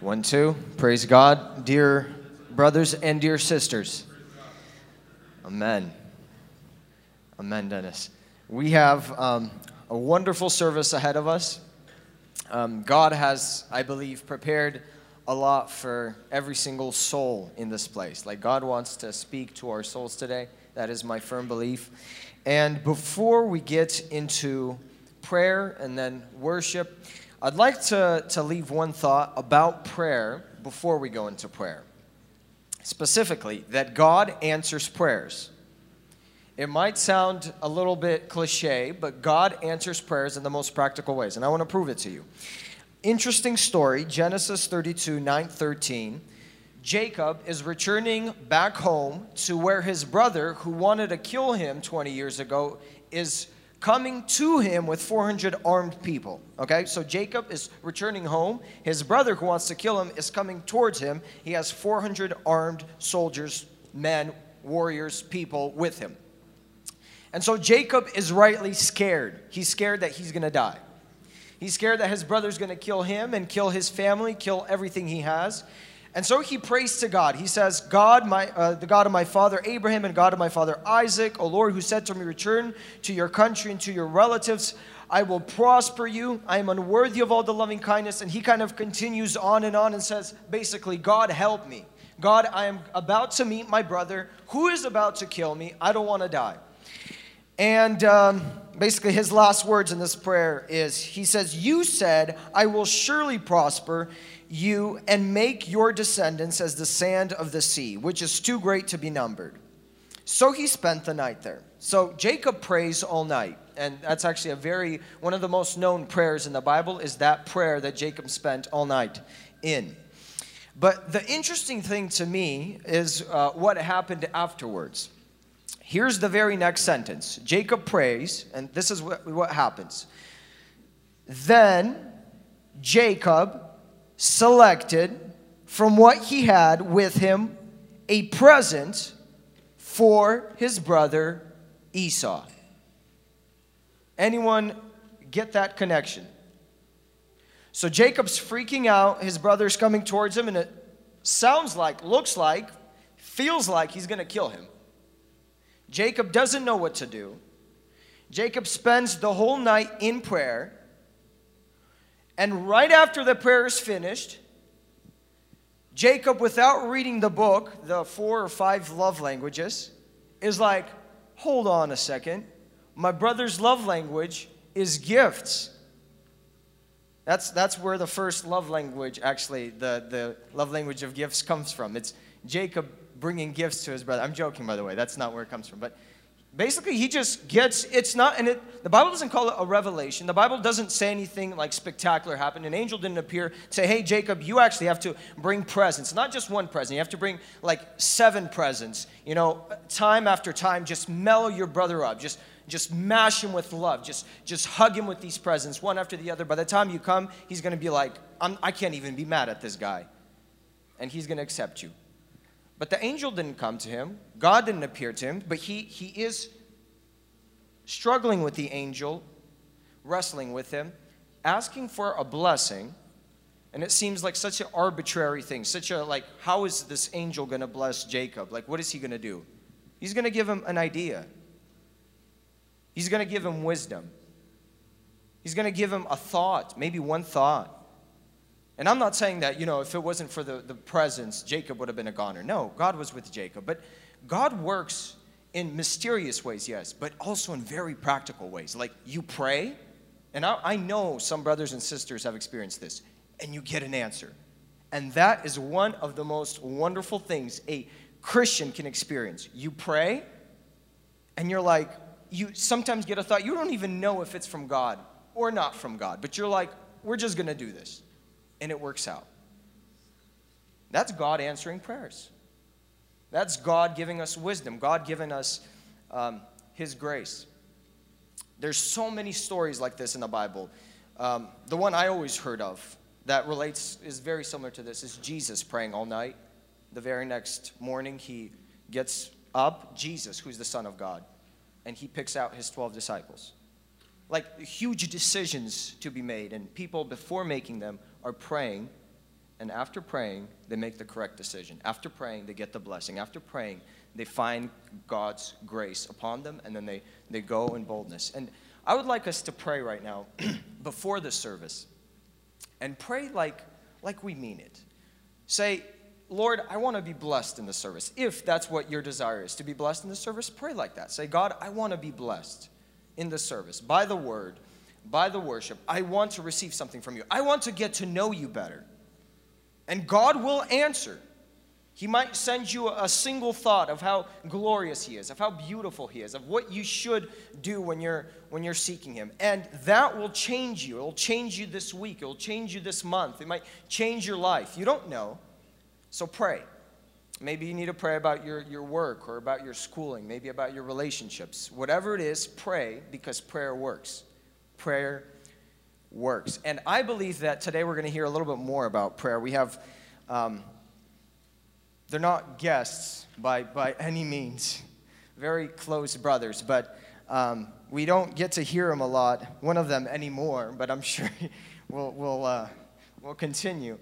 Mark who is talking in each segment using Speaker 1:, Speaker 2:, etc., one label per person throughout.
Speaker 1: One, two. Praise God, dear brothers and dear sisters. Amen. Amen, Dennis. We have um, a wonderful service ahead of us. Um, God has, I believe, prepared a lot for every single soul in this place. Like, God wants to speak to our souls today. That is my firm belief. And before we get into prayer and then worship, I'd like to, to leave one thought about prayer before we go into prayer. Specifically, that God answers prayers. It might sound a little bit cliche, but God answers prayers in the most practical ways, and I want to prove it to you. Interesting story Genesis 32 9 13. Jacob is returning back home to where his brother, who wanted to kill him 20 years ago, is coming to him with 400 armed people. Okay, so Jacob is returning home. His brother, who wants to kill him, is coming towards him. He has 400 armed soldiers, men, warriors, people with him. And so Jacob is rightly scared. He's scared that he's gonna die. He's scared that his brother's gonna kill him and kill his family, kill everything he has. And so he prays to God. He says, God, my, uh, the God of my father Abraham and God of my father Isaac, O Lord, who said to me, Return to your country and to your relatives. I will prosper you. I am unworthy of all the loving kindness. And he kind of continues on and on and says, basically, God, help me. God, I am about to meet my brother who is about to kill me. I don't want to die. And um, basically, his last words in this prayer is He says, You said, I will surely prosper you and make your descendants as the sand of the sea, which is too great to be numbered. So he spent the night there. So Jacob prays all night. And that's actually a very, one of the most known prayers in the Bible is that prayer that Jacob spent all night in. But the interesting thing to me is uh, what happened afterwards. Here's the very next sentence Jacob prays, and this is what, what happens. Then Jacob selected from what he had with him a present for his brother Esau. Anyone get that connection? So Jacob's freaking out. His brother's coming towards him, and it sounds like, looks like, feels like he's going to kill him. Jacob doesn't know what to do. Jacob spends the whole night in prayer. And right after the prayer is finished, Jacob, without reading the book, the four or five love languages, is like, hold on a second. My brother's love language is gifts. That's, that's where the first love language, actually, the, the love language of gifts comes from. It's Jacob bringing gifts to his brother. I'm joking, by the way. That's not where it comes from. But basically he just gets it's not and it the bible doesn't call it a revelation the bible doesn't say anything like spectacular happened an angel didn't appear say hey jacob you actually have to bring presents not just one present you have to bring like seven presents you know time after time just mellow your brother up just just mash him with love just just hug him with these presents one after the other by the time you come he's going to be like I'm, i can't even be mad at this guy and he's going to accept you but the angel didn't come to him. God didn't appear to him, but he, he is struggling with the angel, wrestling with him, asking for a blessing. And it seems like such an arbitrary thing, such a like, how is this angel going to bless Jacob? Like, what is he going to do? He's going to give him an idea, he's going to give him wisdom, he's going to give him a thought, maybe one thought. And I'm not saying that, you know, if it wasn't for the, the presence, Jacob would have been a goner. No, God was with Jacob. But God works in mysterious ways, yes, but also in very practical ways. Like you pray, and I, I know some brothers and sisters have experienced this, and you get an answer. And that is one of the most wonderful things a Christian can experience. You pray, and you're like, you sometimes get a thought, you don't even know if it's from God or not from God, but you're like, we're just gonna do this and it works out. That's God answering prayers. That's God giving us wisdom, God giving us um, His grace. There's so many stories like this in the Bible. Um, the one I always heard of that relates is very similar to this is Jesus praying all night. The very next morning, he gets up, Jesus, who's the Son of God, and he picks out his 12 disciples. Like huge decisions to be made, and people before making them are praying And after praying, they make the correct decision. After praying, they get the blessing. After praying, they find God's grace upon them, and then they, they go in boldness. And I would like us to pray right now before the service and pray like, like we mean it. Say, Lord, I want to be blessed in the service. If that's what your desire is to be blessed in the service, pray like that. Say, God, I want to be blessed in the service by the word, by the worship. I want to receive something from you. I want to get to know you better. And God will answer. He might send you a single thought of how glorious He is, of how beautiful He is, of what you should do when you're, when you're seeking Him. And that will change you. It'll change you this week. It'll change you this month. It might change your life. You don't know. So pray. Maybe you need to pray about your, your work or about your schooling, maybe about your relationships. Whatever it is, pray because prayer works. Prayer works. And I believe that today we're going to hear a little bit more about prayer. We have, um, they're not guests by, by any means, very close brothers, but um, we don't get to hear them a lot, one of them anymore, but I'm sure we'll, we'll, uh, we'll continue.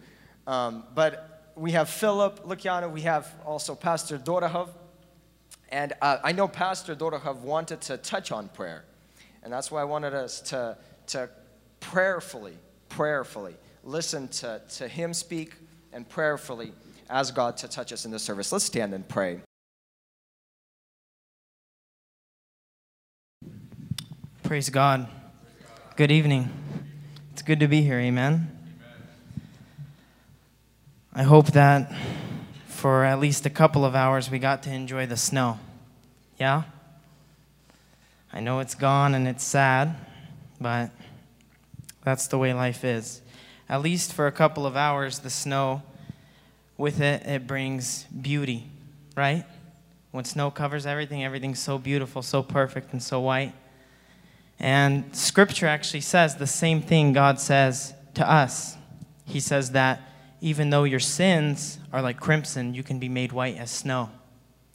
Speaker 1: Um, but we have Philip Lukiano, we have also Pastor Dorahov. And uh, I know Pastor Dorahov wanted to touch on prayer, and that's why I wanted us to, to prayerfully, prayerfully listen to, to him speak and prayerfully ask God to touch us in the service. Let's stand and pray.
Speaker 2: Praise God. Good evening. It's good to be here. Amen. I hope that for at least a couple of hours we got to enjoy the snow. Yeah? I know it's gone and it's sad, but that's the way life is. At least for a couple of hours, the snow, with it, it brings beauty, right? When snow covers everything, everything's so beautiful, so perfect, and so white. And scripture actually says the same thing God says to us. He says that even though your sins are like crimson, you can be made white as snow.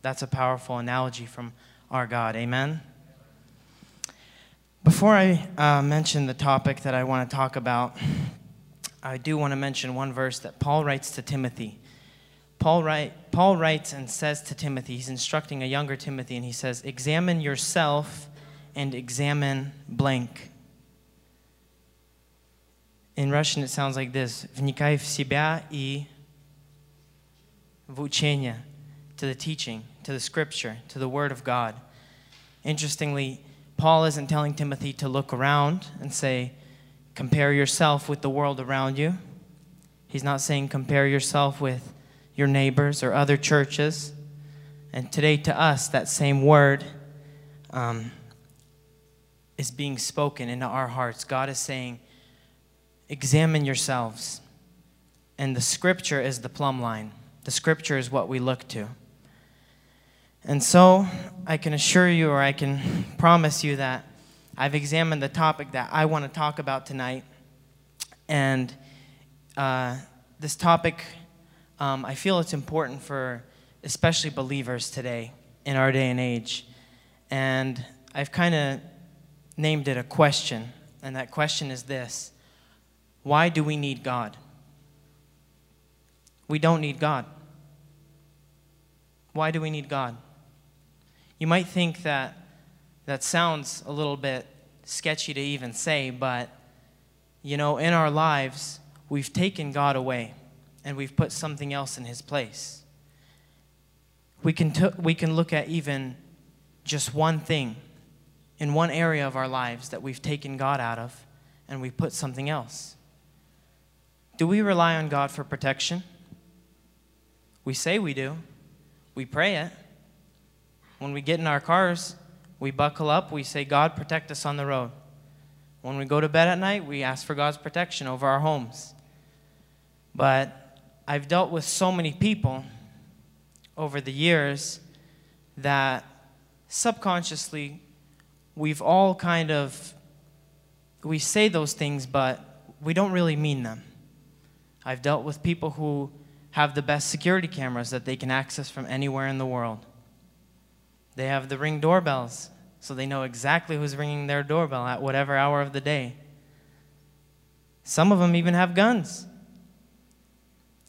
Speaker 2: That's a powerful analogy from our God. Amen? Before I uh, mention the topic that I want to talk about, I do want to mention one verse that Paul writes to Timothy. Paul, write, Paul writes and says to Timothy, he's instructing a younger Timothy, and he says, Examine yourself and examine blank. In Russian, it sounds like this Вникай в себя и в учение, to the teaching, to the scripture, to the word of God. Interestingly, Paul isn't telling Timothy to look around and say, compare yourself with the world around you. He's not saying compare yourself with your neighbors or other churches. And today, to us, that same word um, is being spoken into our hearts. God is saying, examine yourselves. And the scripture is the plumb line, the scripture is what we look to. And so I can assure you, or I can promise you, that I've examined the topic that I want to talk about tonight. And uh, this topic, um, I feel it's important for especially believers today in our day and age. And I've kind of named it a question. And that question is this Why do we need God? We don't need God. Why do we need God? You might think that that sounds a little bit sketchy to even say, but you know, in our lives, we've taken God away and we've put something else in his place. We can, t- we can look at even just one thing in one area of our lives that we've taken God out of and we put something else. Do we rely on God for protection? We say we do. We pray it. When we get in our cars, we buckle up, we say, God, protect us on the road. When we go to bed at night, we ask for God's protection over our homes. But I've dealt with so many people over the years that subconsciously we've all kind of we say those things but we don't really mean them. I've dealt with people who have the best security cameras that they can access from anywhere in the world. They have the ring doorbells, so they know exactly who's ringing their doorbell at whatever hour of the day. Some of them even have guns.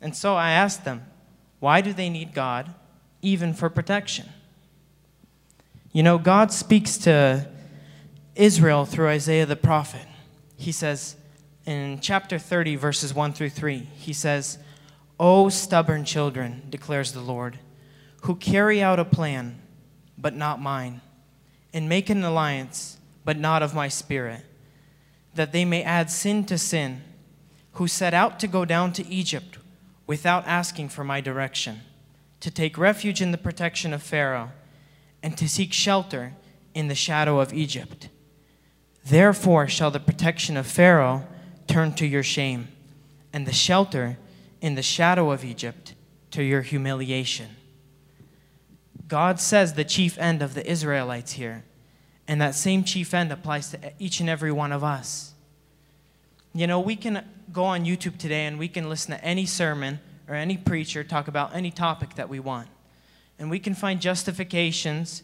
Speaker 2: And so I asked them, why do they need God even for protection? You know, God speaks to Israel through Isaiah the prophet. He says in chapter 30, verses 1 through 3, he says, O stubborn children, declares the Lord, who carry out a plan, but not mine, and make an alliance, but not of my spirit, that they may add sin to sin, who set out to go down to Egypt without asking for my direction, to take refuge in the protection of Pharaoh, and to seek shelter in the shadow of Egypt. Therefore shall the protection of Pharaoh turn to your shame, and the shelter in the shadow of Egypt to your humiliation. God says the chief end of the Israelites here, and that same chief end applies to each and every one of us. You know, we can go on YouTube today and we can listen to any sermon or any preacher talk about any topic that we want. And we can find justifications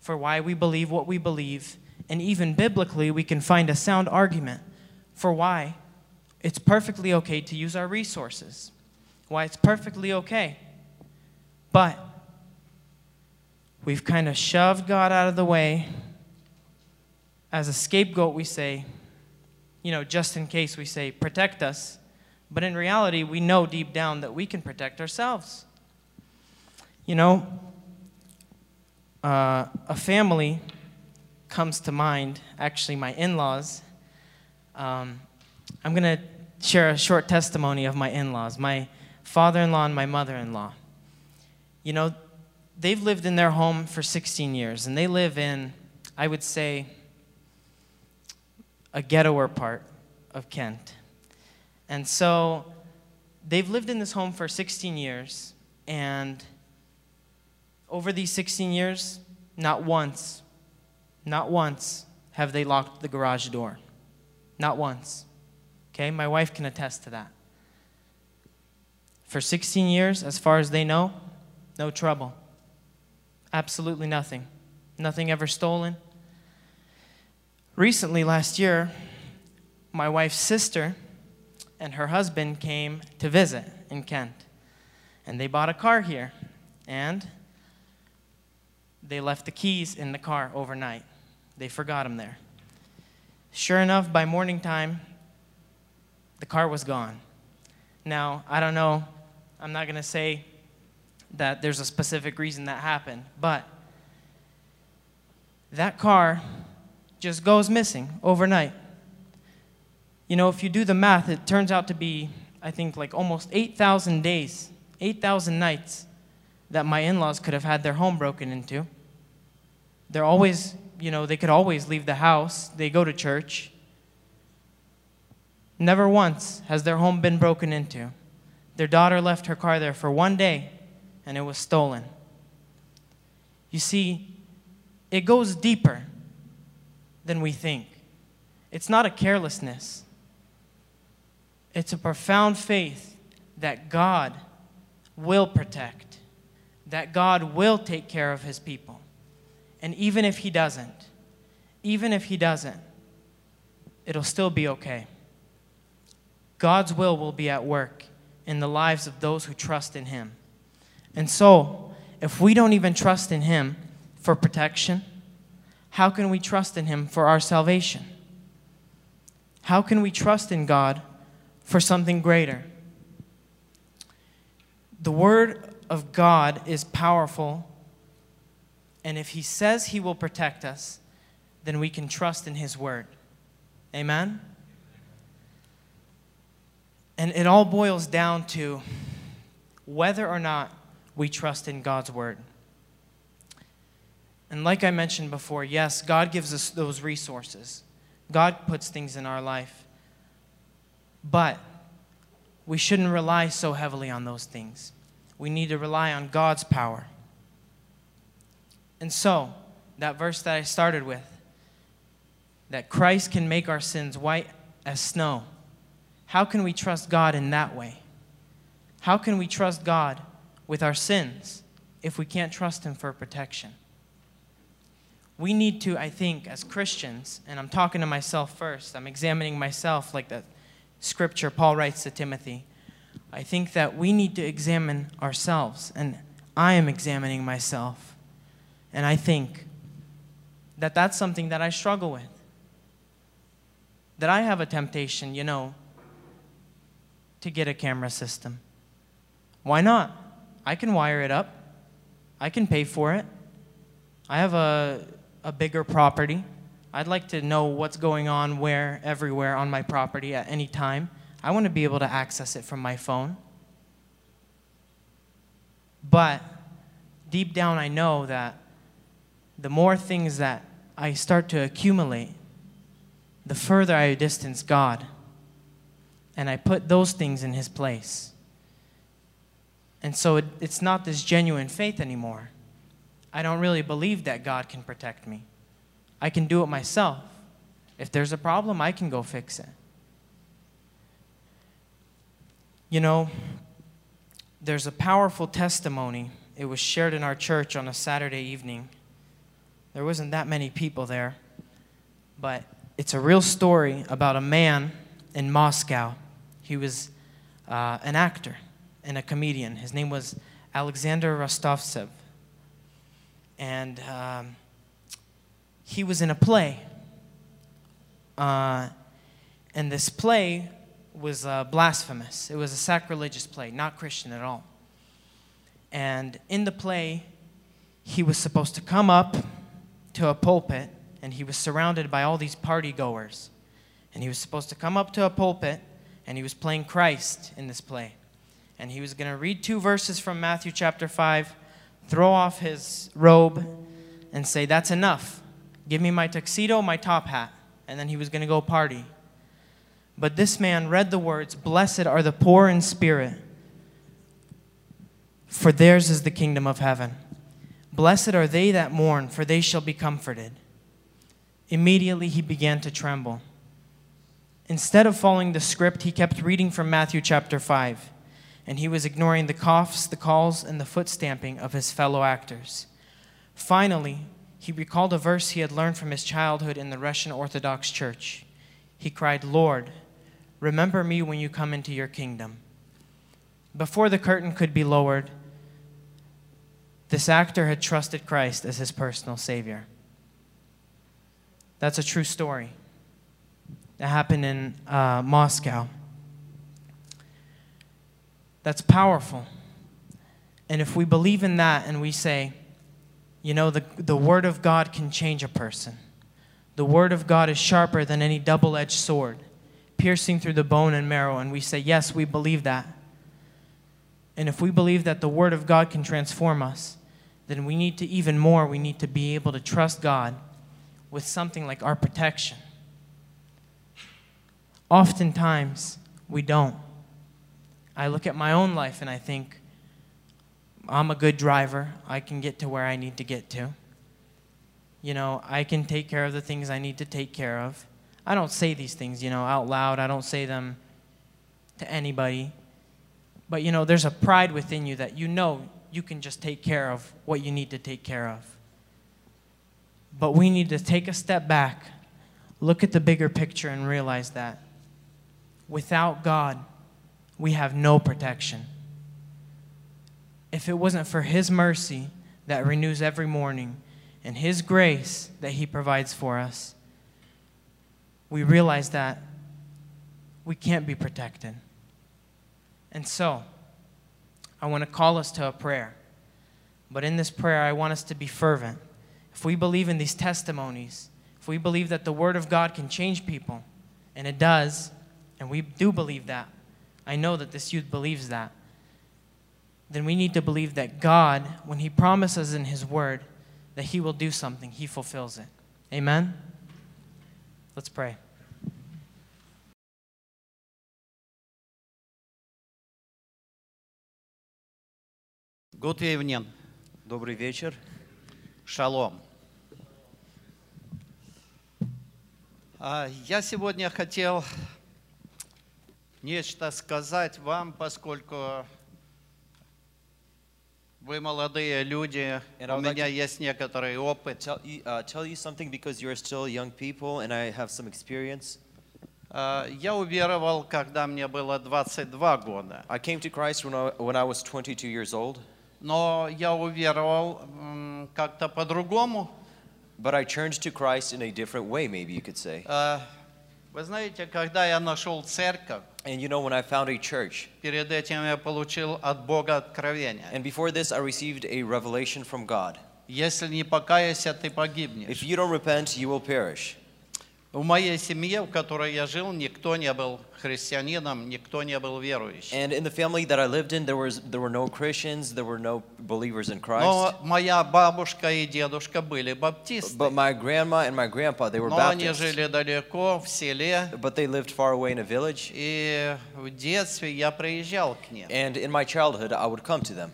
Speaker 2: for why we believe what we believe. And even biblically, we can find a sound argument for why it's perfectly okay to use our resources, why it's perfectly okay. But we've kind of shoved God out of the way. As a scapegoat, we say, you know, just in case we say, protect us. But in reality, we know deep down that we can protect ourselves. You know, uh, a family comes to mind, actually, my in laws. Um, I'm going to share a short testimony of my in laws, my father in law and my mother in law. You know, they've lived in their home for 16 years, and they live in, I would say, a ghettoer part of Kent. And so they've lived in this home for 16 years, and over these 16 years, not once, not once have they locked the garage door. Not once. Okay, my wife can attest to that. For 16 years, as far as they know, no trouble. Absolutely nothing. Nothing ever stolen, recently last year my wife's sister and her husband came to visit in kent and they bought a car here and they left the keys in the car overnight they forgot them there sure enough by morning time the car was gone now i don't know i'm not going to say that there's a specific reason that happened but that car just goes missing overnight. You know, if you do the math, it turns out to be, I think, like almost 8,000 days, 8,000 nights that my in laws could have had their home broken into. They're always, you know, they could always leave the house, they go to church. Never once has their home been broken into. Their daughter left her car there for one day and it was stolen. You see, it goes deeper than we think. It's not a carelessness, it's a profound faith that God will protect, that God will take care of his people. And even if he doesn't, even if he doesn't, it'll still be okay. God's will will be at work in the lives of those who trust in him. And so, if we don't even trust in him for protection, how can we trust in Him for our salvation? How can we trust in God for something greater? The Word of God is powerful, and if He says He will protect us, then we can trust in His Word. Amen? And it all boils down to whether or not we trust in God's Word. And like I mentioned before, yes, God gives us those resources. God puts things in our life. But we shouldn't rely so heavily on those things. We need to rely on God's power. And so, that verse that I started with, that Christ can make our sins white as snow, how can we trust God in that way? How can we trust God with our sins if we can't trust Him for protection? we need to, I think, as Christians, and I'm talking to myself first, I'm examining myself like the scripture Paul writes to Timothy, I think that we need to examine ourselves, and I am examining myself. And I think that that's something that I struggle with. That I have a temptation, you know, to get a camera system. Why not? I can wire it up, I can pay for it. I have a, a bigger property. I'd like to know what's going on, where, everywhere on my property at any time. I want to be able to access it from my phone. But deep down, I know that the more things that I start to accumulate, the further I distance God. And I put those things in His place. And so it, it's not this genuine faith anymore. I don't really believe that God can protect me. I can do it myself. If there's a problem, I can go fix it. You know, there's a powerful testimony. It was shared in our church on a Saturday evening. There wasn't that many people there, but it's a real story about a man in Moscow. He was uh, an actor and a comedian. His name was Alexander Rostovtsev. And um, he was in a play. Uh, and this play was uh, blasphemous. It was a sacrilegious play, not Christian at all. And in the play, he was supposed to come up to a pulpit, and he was surrounded by all these party goers. And he was supposed to come up to a pulpit, and he was playing Christ in this play. And he was going to read two verses from Matthew chapter 5, throw off his robe, and say, That's enough. Give me my tuxedo, my top hat. And then he was going to go party. But this man read the words Blessed are the poor in spirit, for theirs is the kingdom of heaven. Blessed are they that mourn, for they shall be comforted. Immediately he began to tremble. Instead of following the script, he kept reading from Matthew chapter 5, and he was ignoring the coughs, the calls, and the foot stamping of his fellow actors. Finally, he recalled a verse he had learned from his childhood in the Russian Orthodox Church. He cried, Lord, remember me when you come into your kingdom. Before the curtain could be lowered, this actor had trusted Christ as his personal Savior. That's a true story that happened in uh, Moscow. That's powerful. And if we believe in that and we say, you know, the, the Word of God can change a person. The Word of God is sharper than any double edged sword, piercing through the bone and marrow. And we say, Yes, we believe that. And if we believe that the Word of God can transform us, then we need to even more, we need to be able to trust God with something like our protection. Oftentimes, we don't. I look at my own life and I think, I'm a good driver. I can get to where I need to get to you know, I can take care of the things I need to take care of. I don't say these things, you know, out loud. I don't say them to anybody. But, you know, there's a pride within you that you know you can just take care of what you need to take care of. But we need to take a step back, look at the bigger picture, and realize that without God, we have no protection. If it wasn't for His mercy that renews every morning, and His grace that He provides for us, we realize that we can't be protected. And so, I want to call us to a prayer. But in this prayer, I want us to be fervent. If we believe in these testimonies, if we believe that the Word of God can change people, and it does, and we do believe that, I know that this youth believes that, then we need to believe that God, when He promises in His Word, that he will do something, he fulfills it. Amen? Let's pray.
Speaker 3: Good evening. Добрый вечер. Шалом. А, Я сегодня хотел нечто сказать вам, поскольку вы молодые люди,
Speaker 4: And I
Speaker 3: у
Speaker 4: would like
Speaker 3: меня
Speaker 4: to-
Speaker 3: есть некоторый опыт.
Speaker 4: tell you, uh, tell you something because you're still young people and I have some experience.
Speaker 3: а, я уверовал, когда мне было 22 года.
Speaker 4: I came to Christ when I, when I was 22 years old,
Speaker 3: Но я уверовал м, как-то по-другому.
Speaker 4: but I turned to Christ in a different way, maybe you could say.
Speaker 3: Э, Вы знаете, когда я нашел церковь,
Speaker 4: And you know, when I found a church,
Speaker 3: перед этим я получил от Бога откровение.
Speaker 4: and before this, I received a revelation from God.
Speaker 3: Если не покаешься, ты погибнешь.
Speaker 4: If you don't repent, you will perish.
Speaker 3: В моей семье, в которой я жил, никто не был христианином, никто не был верующим.
Speaker 4: And in the family that I lived in, there, was, there were no Christians, there were no believers in Christ.
Speaker 3: Но моя бабушка и дедушка были баптисты.
Speaker 4: But my grandma and my grandpa, they were
Speaker 3: Но они
Speaker 4: Baptists.
Speaker 3: жили далеко, в селе.
Speaker 4: But they lived far away in a village.
Speaker 3: И в детстве я приезжал к ним.
Speaker 4: And in my childhood, I would come to them.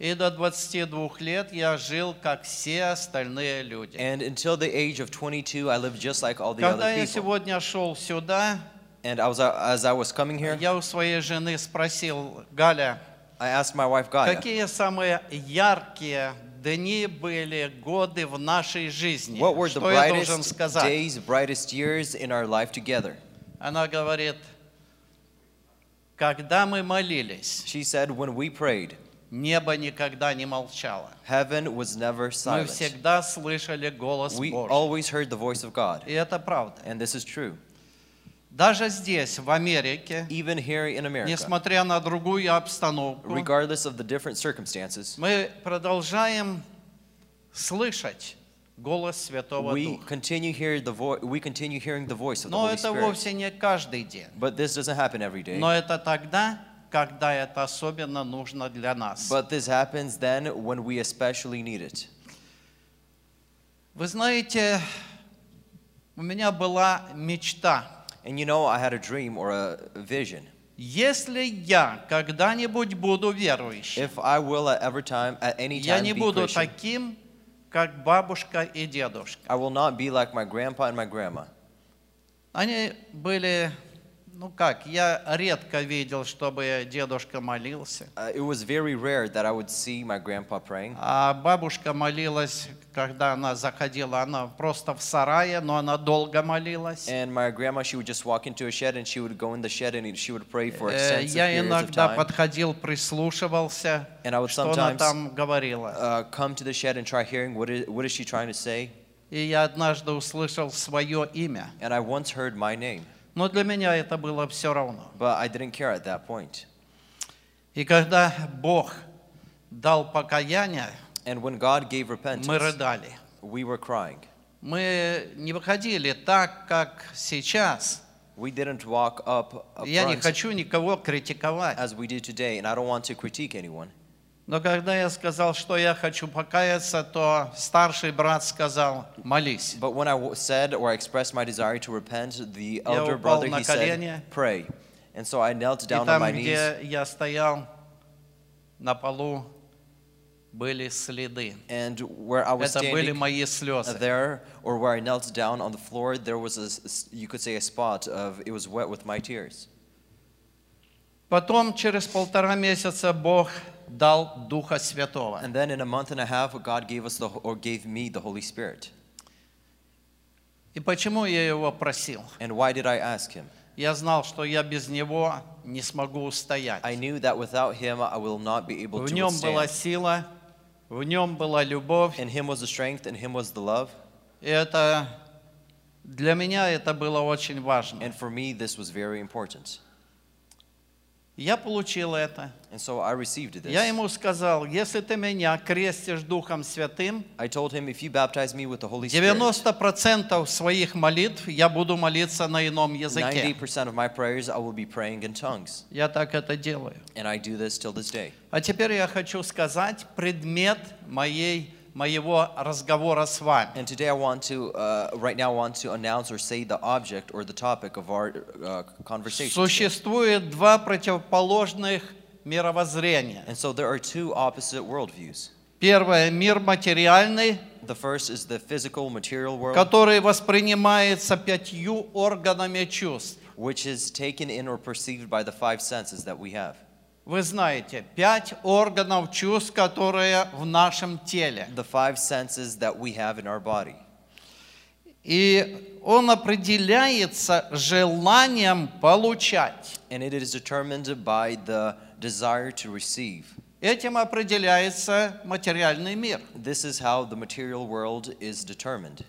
Speaker 3: И до 22 лет я жил, как все остальные люди.
Speaker 4: And until the age of 22, I lived just like all the
Speaker 3: Когда
Speaker 4: other
Speaker 3: я
Speaker 4: people.
Speaker 3: сегодня шел сюда,
Speaker 4: And I was, uh, as I was coming here,
Speaker 3: я у своей жены спросил, Галя,
Speaker 4: I asked my wife, Gaia,
Speaker 3: какие самые яркие дни были, годы в нашей жизни?
Speaker 4: what were the
Speaker 3: Что я должен
Speaker 4: brightest
Speaker 3: сказать?
Speaker 4: days, brightest years in our life together?
Speaker 3: Она говорит, когда мы молились,
Speaker 4: She said, when we prayed,
Speaker 3: небо никогда не молчало.
Speaker 4: heaven was never
Speaker 3: Мы
Speaker 4: silent.
Speaker 3: всегда слышали голос
Speaker 4: We
Speaker 3: Божий.
Speaker 4: always heard the voice of God.
Speaker 3: И это правда.
Speaker 4: And this is true.
Speaker 3: Даже здесь, в Америке,
Speaker 4: Even here in America,
Speaker 3: несмотря на другую обстановку,
Speaker 4: regardless of the different circumstances,
Speaker 3: мы продолжаем слышать голос Святого
Speaker 4: we
Speaker 3: Духа.
Speaker 4: continue, hear the vo- we continue hearing the voice of the
Speaker 3: Но
Speaker 4: Holy
Speaker 3: это
Speaker 4: Spirit.
Speaker 3: вовсе не каждый день.
Speaker 4: But this doesn't happen every day.
Speaker 3: Но это тогда, когда это особенно нужно для нас.
Speaker 4: But this happens then when we especially need it.
Speaker 3: Вы знаете, у меня была мечта.
Speaker 4: And you know, I had a dream or a vision.
Speaker 3: Если я когда-нибудь буду верующим,
Speaker 4: If I will at every time, at any
Speaker 3: я
Speaker 4: time,
Speaker 3: не
Speaker 4: be
Speaker 3: буду
Speaker 4: Christian,
Speaker 3: таким, как бабушка и дедушка.
Speaker 4: I will not be like my grandpa and my grandma.
Speaker 3: Они были, ну как, я редко видел, чтобы дедушка молился.
Speaker 4: Uh, it was very rare that I would see my grandpa praying.
Speaker 3: А бабушка молилась, когда она заходила, она просто в сарае, но она долго молилась.
Speaker 4: And my grandma, she would just walk into a shed and she would go in the shed and she would pray for
Speaker 3: Э,
Speaker 4: extensive
Speaker 3: Я
Speaker 4: periods of
Speaker 3: иногда
Speaker 4: time.
Speaker 3: подходил, прислушивался,
Speaker 4: And I would
Speaker 3: что она
Speaker 4: sometimes-
Speaker 3: там говорила.
Speaker 4: Uh, come to the shed and try hearing what is, what is she trying to say.
Speaker 3: И я однажды услышал свое имя.
Speaker 4: And I once heard my name,
Speaker 3: Но для меня это было все равно.
Speaker 4: but I didn't care at that point.
Speaker 3: И когда Бог дал покаяние,
Speaker 4: And when God gave
Speaker 3: мы
Speaker 4: repentance,
Speaker 3: рыдали.
Speaker 4: we were crying.
Speaker 3: Мы не выходили так, как сейчас.
Speaker 4: We didn't walk up up
Speaker 3: Я не
Speaker 4: front
Speaker 3: хочу никого критиковать.
Speaker 4: as we do today, and I don't want to critique anyone.
Speaker 3: Но когда я сказал, что я хочу покаяться, то старший брат сказал, молись.
Speaker 4: But when I w- said or expressed my desire to repent, the
Speaker 3: Я
Speaker 4: elder
Speaker 3: упал
Speaker 4: brother
Speaker 3: на
Speaker 4: he said,
Speaker 3: колени.
Speaker 4: "Pray." And so I knelt
Speaker 3: И
Speaker 4: down on
Speaker 3: там,
Speaker 4: my knees,
Speaker 3: где я стоял на полу, были следы.
Speaker 4: and where I was
Speaker 3: Это были
Speaker 4: standing
Speaker 3: мои слезы.
Speaker 4: there, or where I knelt down on the floor, there was a s- you could say a spot of it was wet with my tears.
Speaker 3: Потом, через полтора месяца, Бог дал Духа Святого.
Speaker 4: And then in a month and a half, God gave us the ho- or gave me the Holy Spirit.
Speaker 3: И почему я его просил?
Speaker 4: And why did I ask Him?
Speaker 3: Я знал, что я без него не смогу устоять.
Speaker 4: I knew that without Him, I will not be able
Speaker 3: В
Speaker 4: to
Speaker 3: нем была
Speaker 4: withstand.
Speaker 3: сила, в нем была любовь.
Speaker 4: In Him was the strength, in Him was the love.
Speaker 3: И это для меня это было очень важно.
Speaker 4: And for me, this was very important.
Speaker 3: Я получил это.
Speaker 4: And so I received this.
Speaker 3: Я ему сказал, если ты меня крестишь Духом Святым,
Speaker 4: I told him, if you baptize me with the Holy Spirit,
Speaker 3: 90% своих молитв я буду молиться на ином языке.
Speaker 4: 90% of my prayers I will be praying in tongues.
Speaker 3: Я так это делаю.
Speaker 4: And I do this till this day.
Speaker 3: А теперь я хочу сказать предмет моей, моего разговора с вами.
Speaker 4: And today I want to, uh, right now, I want to announce or say the object or the topic of our uh, conversation. today.
Speaker 3: Существует два противоположных мировоззрения.
Speaker 4: And so there are two opposite worldviews.
Speaker 3: Первое – мир материальный,
Speaker 4: The first is the physical, material world,
Speaker 3: который воспринимается пятью органами чувств.
Speaker 4: which is taken in or perceived by the five senses that we have.
Speaker 3: Вы знаете, пять органов чувств, которые в нашем теле.
Speaker 4: The five senses that we have in our body.
Speaker 3: И он определяется желанием получать.
Speaker 4: and it is determined by the desire to receive.
Speaker 3: Этим определяется материальный мир.
Speaker 4: This is how the material world is determined.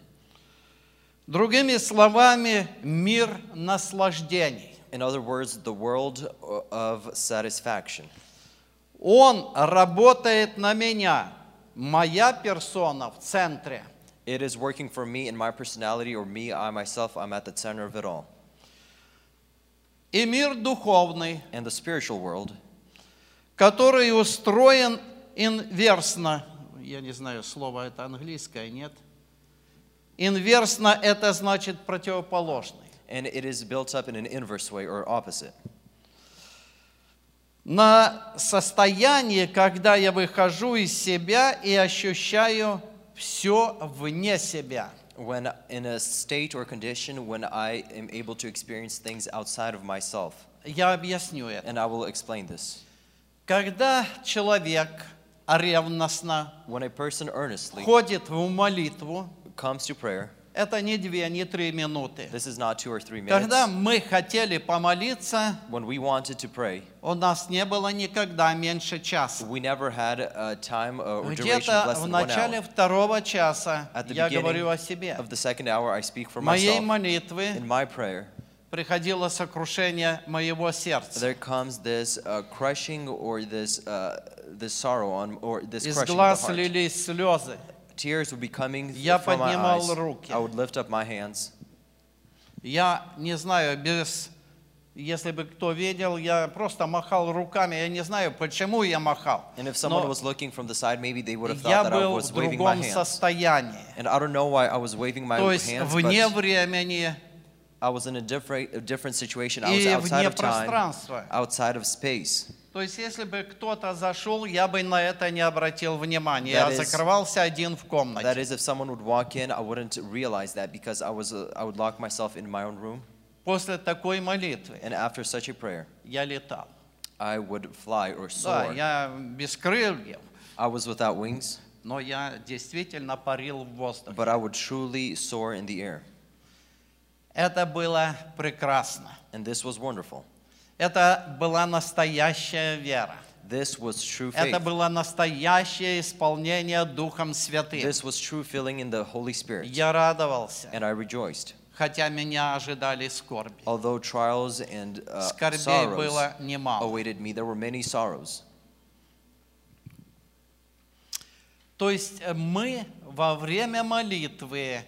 Speaker 3: Другими словами, мир наслаждений.
Speaker 4: In other words, the world o- of satisfaction.
Speaker 3: Он работает на меня, моя персона в центре.
Speaker 4: It is working for me in my personality, or me, I myself, I'm at the center of it all.
Speaker 3: И мир духовный,
Speaker 4: And the spiritual world,
Speaker 3: который устроен инверсно. Я не знаю, слово это английское, нет? Инверсно это значит противоположный.
Speaker 4: and it is built up in an inverse way or opposite.
Speaker 3: на состояние, когда я выхожу из себя и ощущаю все вне себя.
Speaker 4: When in a state or condition when I am able to experience things outside of myself,
Speaker 3: Я объясню это.
Speaker 4: and I will explain this.
Speaker 3: Когда человек ревностно
Speaker 4: When a person earnestly
Speaker 3: ходит в молитву,
Speaker 4: comes to prayer,
Speaker 3: это не две, не три минуты.
Speaker 4: this is not two or three minutes.
Speaker 3: Когда мы хотели помолиться,
Speaker 4: When we wanted to pray,
Speaker 3: у нас не было никогда меньше часа.
Speaker 4: we never had a time uh, or duration
Speaker 3: Где-то
Speaker 4: of less
Speaker 3: в
Speaker 4: than one
Speaker 3: начале
Speaker 4: hour.
Speaker 3: второго часа
Speaker 4: At the
Speaker 3: я говорю о
Speaker 4: beginning
Speaker 3: себе.
Speaker 4: of the second hour, I speak for
Speaker 3: Моей
Speaker 4: myself.
Speaker 3: молитвы
Speaker 4: In my prayer,
Speaker 3: приходило сокрушение моего сердца.
Speaker 4: there comes this uh, crushing or this uh, this sorrow on or this
Speaker 3: Из
Speaker 4: crushing of
Speaker 3: глаз
Speaker 4: the heart.
Speaker 3: лились слезы.
Speaker 4: Tears would be coming
Speaker 3: Я
Speaker 4: from my
Speaker 3: поднимал
Speaker 4: eyes.
Speaker 3: руки.
Speaker 4: I would lift up my hands.
Speaker 3: Я не знаю, без... Если бы кто видел, я просто махал руками. Я не знаю, почему я махал.
Speaker 4: And if someone
Speaker 3: Но
Speaker 4: was looking from the side, maybe they would have
Speaker 3: я
Speaker 4: thought that I
Speaker 3: был
Speaker 4: was
Speaker 3: в
Speaker 4: waving my
Speaker 3: другом
Speaker 4: hands.
Speaker 3: состоянии.
Speaker 4: And I don't know why I was waving my
Speaker 3: То есть
Speaker 4: hands,
Speaker 3: вне
Speaker 4: but
Speaker 3: времени
Speaker 4: I was in a different, a different situation. I was
Speaker 3: и
Speaker 4: outside
Speaker 3: вне
Speaker 4: of time,
Speaker 3: пространства.
Speaker 4: outside of space.
Speaker 3: То есть если бы кто-то зашел, я бы на это не обратил внимания. Я
Speaker 4: That is-
Speaker 3: закрывался один в
Speaker 4: That
Speaker 3: комнате.
Speaker 4: is, if someone would walk in, I wouldn't realize that because I was, uh, I would lock myself in my own room.
Speaker 3: После такой молитвы
Speaker 4: And after such a prayer,
Speaker 3: я летал.
Speaker 4: I would fly or
Speaker 3: Да,
Speaker 4: soar.
Speaker 3: я без крыльев,
Speaker 4: I was without wings,
Speaker 3: но я действительно парил в воздухе.
Speaker 4: but I would truly soar in the air.
Speaker 3: Это было прекрасно.
Speaker 4: And this was wonderful.
Speaker 3: Это была настоящая вера.
Speaker 4: This was true faith.
Speaker 3: Это было настоящее исполнение Духом Святым.
Speaker 4: This was true filling in the Holy Spirit.
Speaker 3: Я радовался,
Speaker 4: And I rejoiced.
Speaker 3: хотя меня ожидали скорби.
Speaker 4: Although trials and uh,
Speaker 3: Скорбей
Speaker 4: sorrows Oh,
Speaker 3: было немало.
Speaker 4: awaited me, there were many sorrows.
Speaker 3: То есть э, мы во время молитвы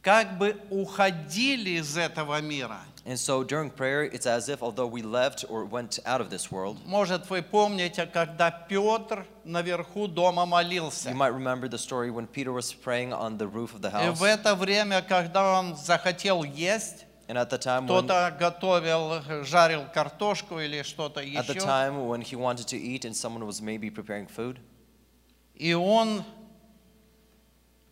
Speaker 3: как бы уходили из этого мира.
Speaker 4: And so during prayer, it's as if although we left or went out of this world,
Speaker 3: Может, вы помните, когда Петр наверху дома молился.
Speaker 4: You might remember the story when Peter was praying on the roof of the
Speaker 3: И в
Speaker 4: house.
Speaker 3: это время, когда он захотел есть,
Speaker 4: And at the time when,
Speaker 3: Кто-то готовил, жарил картошку или что-то
Speaker 4: at the
Speaker 3: еще.
Speaker 4: time when he wanted to eat and someone was maybe preparing food,
Speaker 3: И он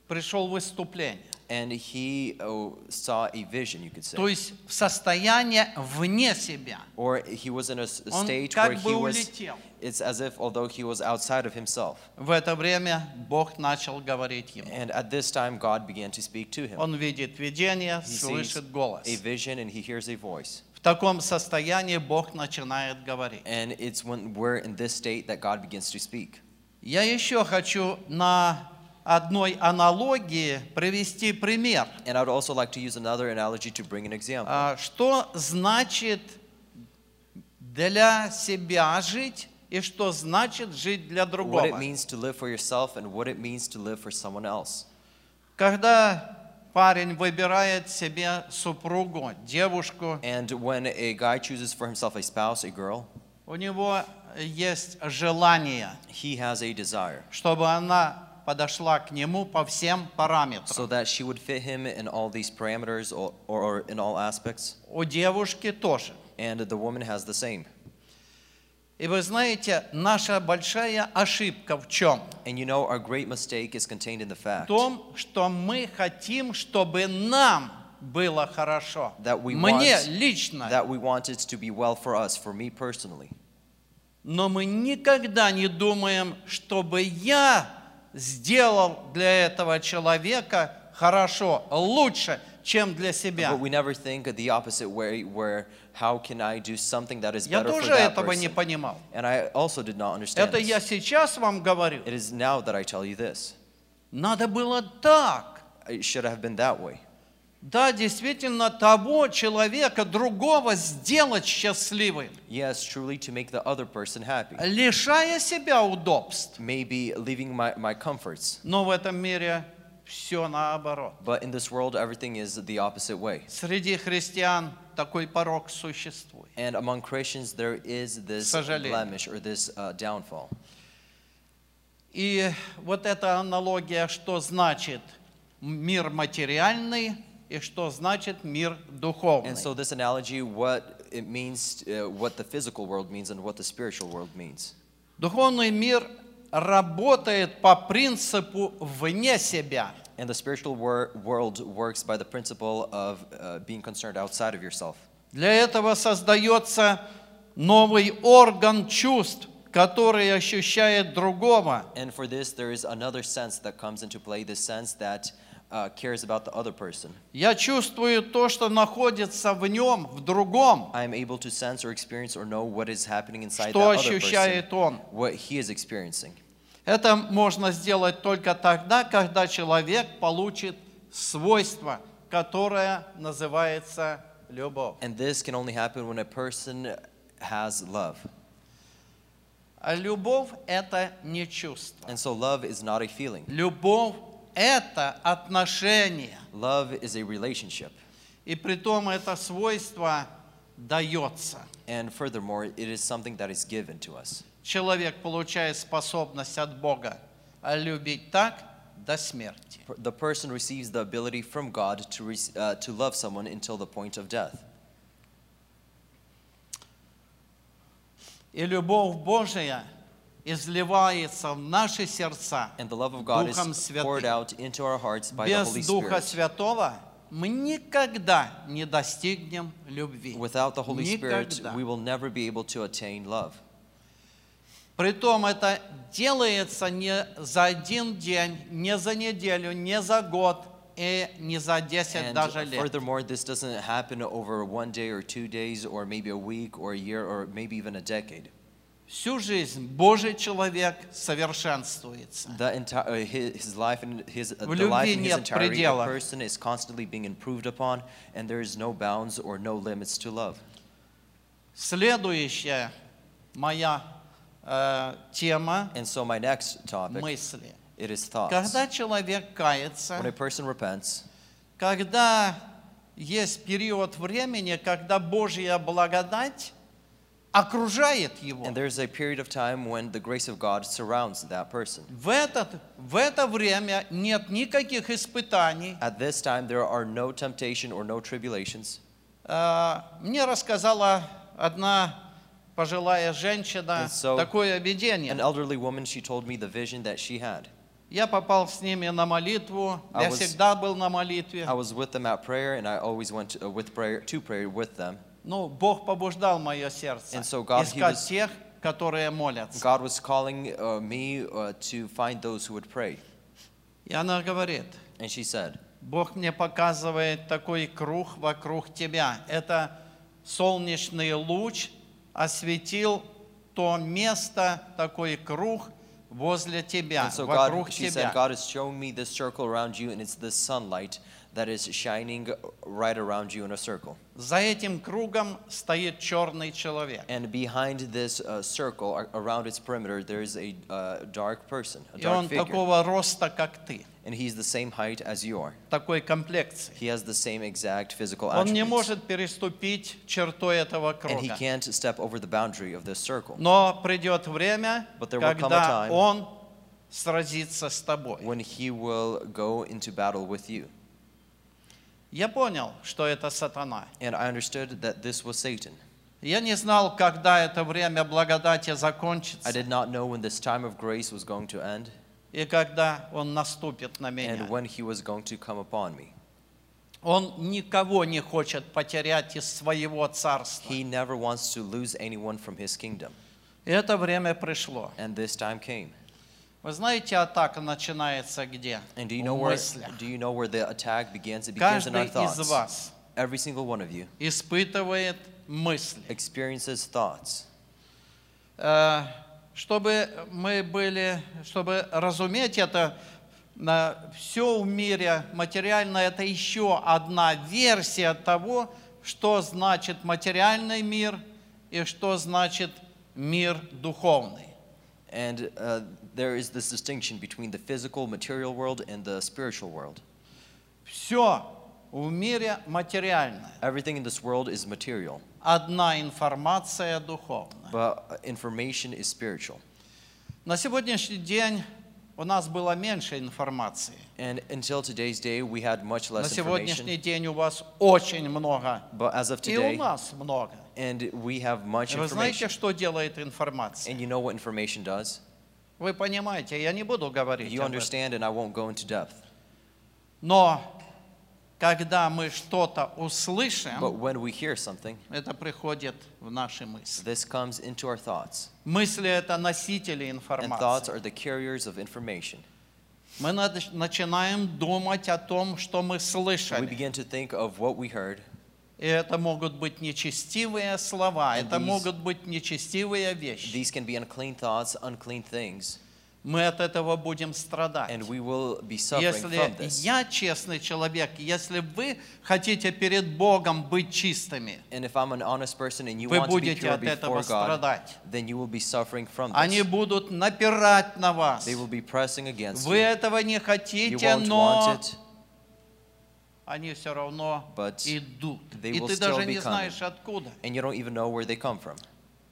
Speaker 3: пришел в выступление.
Speaker 4: and he oh, saw a vision, you could
Speaker 3: То
Speaker 4: say.
Speaker 3: есть в состояние вне себя.
Speaker 4: Or he was in a s-
Speaker 3: Он
Speaker 4: state
Speaker 3: как
Speaker 4: where
Speaker 3: бы
Speaker 4: he was,
Speaker 3: улетел.
Speaker 4: it's as if although he was outside of himself.
Speaker 3: В это время Бог начал говорить ему.
Speaker 4: And at this time, God began to speak to him.
Speaker 3: Он видит видение,
Speaker 4: He sees
Speaker 3: слышит голос.
Speaker 4: a vision and he hears a voice.
Speaker 3: В таком состоянии Бог начинает говорить.
Speaker 4: And it's when we're in this state that God begins to speak.
Speaker 3: Я еще хочу на одной аналогии привести пример.
Speaker 4: And I'd also like to use another analogy to bring an example.
Speaker 3: А, Что значит для себя жить и что значит жить для
Speaker 4: what it
Speaker 3: другого?
Speaker 4: means to live for yourself and what it means to live for someone else.
Speaker 3: Когда парень выбирает себе супругу, девушку,
Speaker 4: And when a guy chooses for himself a spouse, a girl,
Speaker 3: у него есть желание,
Speaker 4: he has a desire
Speaker 3: чтобы она подошла к нему по всем параметрам.
Speaker 4: so that she would fit him in all these parameters or, or in all aspects.
Speaker 3: У девушки тоже.
Speaker 4: And the woman has the same.
Speaker 3: И вы знаете, наша большая ошибка в чем?
Speaker 4: And you know, our great mistake is contained in the
Speaker 3: В
Speaker 4: fact
Speaker 3: том, что мы хотим, чтобы нам было хорошо.
Speaker 4: That we
Speaker 3: Мне
Speaker 4: want-
Speaker 3: лично.
Speaker 4: that we want it to be well for us, for me personally.
Speaker 3: Но мы никогда не думаем, чтобы я сделал для этого человека хорошо, лучше, чем для себя.
Speaker 4: But we never think the opposite way, where how can I do something that is
Speaker 3: Я
Speaker 4: better for
Speaker 3: тоже
Speaker 4: that
Speaker 3: этого не
Speaker 4: person?
Speaker 3: понимал.
Speaker 4: And I also did not understand.
Speaker 3: Это
Speaker 4: this.
Speaker 3: я сейчас вам говорю.
Speaker 4: It is now that I tell you this.
Speaker 3: Надо было так.
Speaker 4: It should have been that way.
Speaker 3: Да, действительно, того человека, другого сделать счастливым,
Speaker 4: Yes, truly to make the other person happy.
Speaker 3: лишая себя удобств.
Speaker 4: Maybe leaving my, my comforts.
Speaker 3: Но в этом мире все наоборот.
Speaker 4: But in this world, everything is the opposite way.
Speaker 3: Среди христиан такой порог существует.
Speaker 4: And among Christians, there is this
Speaker 3: сожалению.
Speaker 4: blemish or this uh, downfall.
Speaker 3: И вот эта аналогия, что значит мир материальный и что значит мир духовный.
Speaker 4: And so, this analogy, what it means, uh, what the physical world means, and what the spiritual world means.
Speaker 3: Духовный мир работает по принципу вне себя.
Speaker 4: And the spiritual wor- world works by the principle of uh, being concerned outside of yourself.
Speaker 3: Для этого создается новый орган чувств, который ощущает другого.
Speaker 4: And for this, there is another sense that comes into play this sense that uh, cares about the other person.
Speaker 3: Я чувствую то, что находится в нем, в другом,
Speaker 4: I am able to sense or experience or know what is happening inside
Speaker 3: что
Speaker 4: that other person,
Speaker 3: ощущает он.
Speaker 4: what he is experiencing.
Speaker 3: Это можно сделать только тогда, когда человек получит свойство, которое называется любовь.
Speaker 4: And this can only happen when a person has love.
Speaker 3: А любовь – это не чувство.
Speaker 4: And so, love is not a feeling,
Speaker 3: Любовь – это отношение.
Speaker 4: love is a relationship.
Speaker 3: И притом это свойство дается.
Speaker 4: And furthermore, it is something that is given to us.
Speaker 3: Человек получает способность от Бога а любить так до смерти.
Speaker 4: Per- The person receives the ability from God to, re- uh, to love someone until the point of death.
Speaker 3: И любовь Божия изливается в наши сердца
Speaker 4: And the love of God
Speaker 3: Духом
Speaker 4: is poured
Speaker 3: Святым.
Speaker 4: out into our hearts by the
Speaker 3: Без
Speaker 4: Holy
Speaker 3: Духа
Speaker 4: Spirit.
Speaker 3: Святого мы никогда не достигнем любви.
Speaker 4: Without the Holy Spirit,
Speaker 3: Никогда.
Speaker 4: we will never be able to attain love.
Speaker 3: Притом это делается не за один день, не за неделю, не за год и не за 10
Speaker 4: And
Speaker 3: даже лет.
Speaker 4: furthermore, this doesn't happen over one day or two days or maybe a week or a year or maybe even a decade.
Speaker 3: Всю жизнь Божий человек совершенствуется.
Speaker 4: The entire uh, his, his life and his uh,
Speaker 3: В
Speaker 4: the life
Speaker 3: любви
Speaker 4: in his
Speaker 3: нет
Speaker 4: entirety, a
Speaker 3: предела.
Speaker 4: person is constantly being improved upon, and there is no bounds or no limits to love.
Speaker 3: Следующая моя э, тема
Speaker 4: And so, my next topic
Speaker 3: мысли.
Speaker 4: it is thoughts.
Speaker 3: Когда человек кается,
Speaker 4: When a person repents,
Speaker 3: когда есть период времени, когда Божья благодать окружает его,
Speaker 4: and there's a period of time when the grace of God surrounds that person.
Speaker 3: в, этот, в это время нет никаких испытаний.
Speaker 4: At this time, there are no temptation or no tribulations.
Speaker 3: Э, Мне рассказала одна пожилая женщина
Speaker 4: And so-
Speaker 3: такое видение.
Speaker 4: An elderly woman, she told me the vision that she had.
Speaker 3: Я попал с ними на молитву.
Speaker 4: I
Speaker 3: Я
Speaker 4: was-
Speaker 3: всегда был на молитве.
Speaker 4: I was with them at prayer, and I always went to, uh, with prayer to prayer with them.
Speaker 3: Ну, Бог побуждал мое сердце
Speaker 4: And so God, he
Speaker 3: искать
Speaker 4: was-
Speaker 3: тех, которые молятся.
Speaker 4: God was calling uh, me uh, to find those who would pray,
Speaker 3: И она говорит,
Speaker 4: and she said,
Speaker 3: Бог мне показывает такой круг вокруг тебя. Это солнечный луч осветил то место, такой круг возле тебя,
Speaker 4: and so
Speaker 3: вокруг
Speaker 4: God, she
Speaker 3: тебя.
Speaker 4: said, God is showing me this circle around you, and it's this sunlight that is shining uh, right around you in a circle.
Speaker 3: За этим кругом стоит черный человек.
Speaker 4: And behind this uh, circle, ar- around its perimeter, there is a uh, dark person, a
Speaker 3: И он
Speaker 4: dark figure,
Speaker 3: такого роста, как ты,
Speaker 4: and he's the same height as you are.
Speaker 3: такой комплекции.
Speaker 4: He has the same exact physical
Speaker 3: Он не
Speaker 4: attributes.
Speaker 3: может переступить черту этого
Speaker 4: and he
Speaker 3: круга.
Speaker 4: can't step over the boundary of this circle.
Speaker 3: Но придет время,
Speaker 4: But there will come a
Speaker 3: когда
Speaker 4: time-
Speaker 3: он сразится с тобой.
Speaker 4: When he will go into battle with you.
Speaker 3: Я понял, что это сатана.
Speaker 4: And I understood that this was Satan.
Speaker 3: Я не знал, когда это время благодати
Speaker 4: I
Speaker 3: закончится
Speaker 4: did not know when this time of grace was going to end
Speaker 3: и когда он наступит на меня.
Speaker 4: and when he was going to come upon me.
Speaker 3: Он никого не хочет потерять из своего царства.
Speaker 4: He never wants to lose anyone from his kingdom.
Speaker 3: И это время пришло.
Speaker 4: And this time came.
Speaker 3: Вы знаете, атака начинается где?
Speaker 4: And do you know
Speaker 3: В
Speaker 4: where
Speaker 3: мыслях.
Speaker 4: do you know where the attack begins? It begins
Speaker 3: Каждый
Speaker 4: in our
Speaker 3: из
Speaker 4: thoughts.
Speaker 3: вас
Speaker 4: Every single one of you
Speaker 3: испытывает мысли.
Speaker 4: experiences thoughts.
Speaker 3: Э, Чтобы мы были, чтобы разуметь это, все в мире материальное – это еще одна версия того, что значит материальный мир и что значит мир духовный.
Speaker 4: And uh, there is this distinction between the physical, material world and the spiritual world.
Speaker 3: Все в мире материальное.
Speaker 4: Everything in this world is material,
Speaker 3: Одна информация духовная.
Speaker 4: but uh, information is spiritual.
Speaker 3: На сегодняшний день у нас было меньше информации.
Speaker 4: And until today's day, we had much
Speaker 3: На
Speaker 4: less
Speaker 3: сегодняшний
Speaker 4: information.
Speaker 3: день у вас очень много.
Speaker 4: But as of
Speaker 3: И у
Speaker 4: today,
Speaker 3: нас много.
Speaker 4: and we have much
Speaker 3: И Вы знаете,
Speaker 4: information.
Speaker 3: что делает информация?
Speaker 4: And you know what information does?
Speaker 3: Вы понимаете, я не буду говорить
Speaker 4: You
Speaker 3: об этом.
Speaker 4: understand, and I won't go into depth.
Speaker 3: Но когда мы что-то
Speaker 4: But
Speaker 3: услышим,
Speaker 4: when we hear something,
Speaker 3: это приходит в наши мысли.
Speaker 4: this comes into our thoughts.
Speaker 3: Мысли — это носители
Speaker 4: And thoughts
Speaker 3: информации.
Speaker 4: are the carriers of information.
Speaker 3: Мы над- начинаем думать о том, что мы
Speaker 4: We
Speaker 3: слышали.
Speaker 4: begin to think of what we heard,
Speaker 3: И это могут быть нечестивые слова,
Speaker 4: And
Speaker 3: это
Speaker 4: these-
Speaker 3: могут быть нечестивые вещи.
Speaker 4: These can be unclean thoughts, unclean things,
Speaker 3: Мы от этого будем страдать.
Speaker 4: and we will be suffering from
Speaker 3: Если
Speaker 4: this.
Speaker 3: я честный человек, если вы хотите перед Богом быть чистыми,
Speaker 4: And if I'm an honest person and you
Speaker 3: вы
Speaker 4: want to be
Speaker 3: будете
Speaker 4: pure
Speaker 3: от этого
Speaker 4: before God,
Speaker 3: страдать.
Speaker 4: then you will be suffering from
Speaker 3: Они
Speaker 4: this.
Speaker 3: будут напирать на вас.
Speaker 4: They will be pressing against
Speaker 3: Вы
Speaker 4: you.
Speaker 3: этого не
Speaker 4: You
Speaker 3: хотите,
Speaker 4: won't
Speaker 3: но
Speaker 4: want
Speaker 3: они все равно
Speaker 4: But
Speaker 3: идут.
Speaker 4: they
Speaker 3: И
Speaker 4: will
Speaker 3: ты
Speaker 4: still
Speaker 3: даже
Speaker 4: be
Speaker 3: не
Speaker 4: coming.
Speaker 3: знаешь откуда.
Speaker 4: it, and you don't even know where they come from.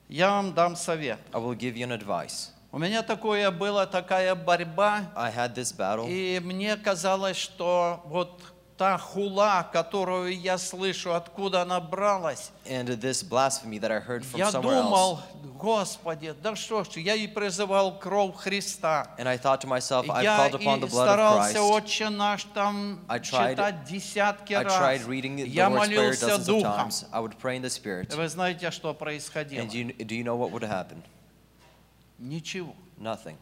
Speaker 3: Я вам дам совет.
Speaker 4: I will give you an advice.
Speaker 3: У меня такое было, такая борьба,
Speaker 4: I had this battle,
Speaker 3: и мне казалось, что вот та хула, которую я слышу, откуда она бралась,
Speaker 4: and this blasphemy that I heard from
Speaker 3: Я
Speaker 4: somewhere else.
Speaker 3: думал, Господи, да что ж, ты, я и призывал кровь Христа.
Speaker 4: And I thought to myself, I
Speaker 3: Я
Speaker 4: called upon the
Speaker 3: и
Speaker 4: blood of
Speaker 3: старался
Speaker 4: Christ.
Speaker 3: Отче наш там
Speaker 4: I tried-
Speaker 3: читать десятки
Speaker 4: I tried
Speaker 3: раз.
Speaker 4: reading the
Speaker 3: Я
Speaker 4: Lord's Prayer
Speaker 3: молился
Speaker 4: dozens of
Speaker 3: Духом.
Speaker 4: times. I would pray in the Spirit.
Speaker 3: Вы знаете, а что
Speaker 4: And
Speaker 3: происходило?
Speaker 4: you, do you know what would happen?
Speaker 3: Ничего.
Speaker 4: Nothing.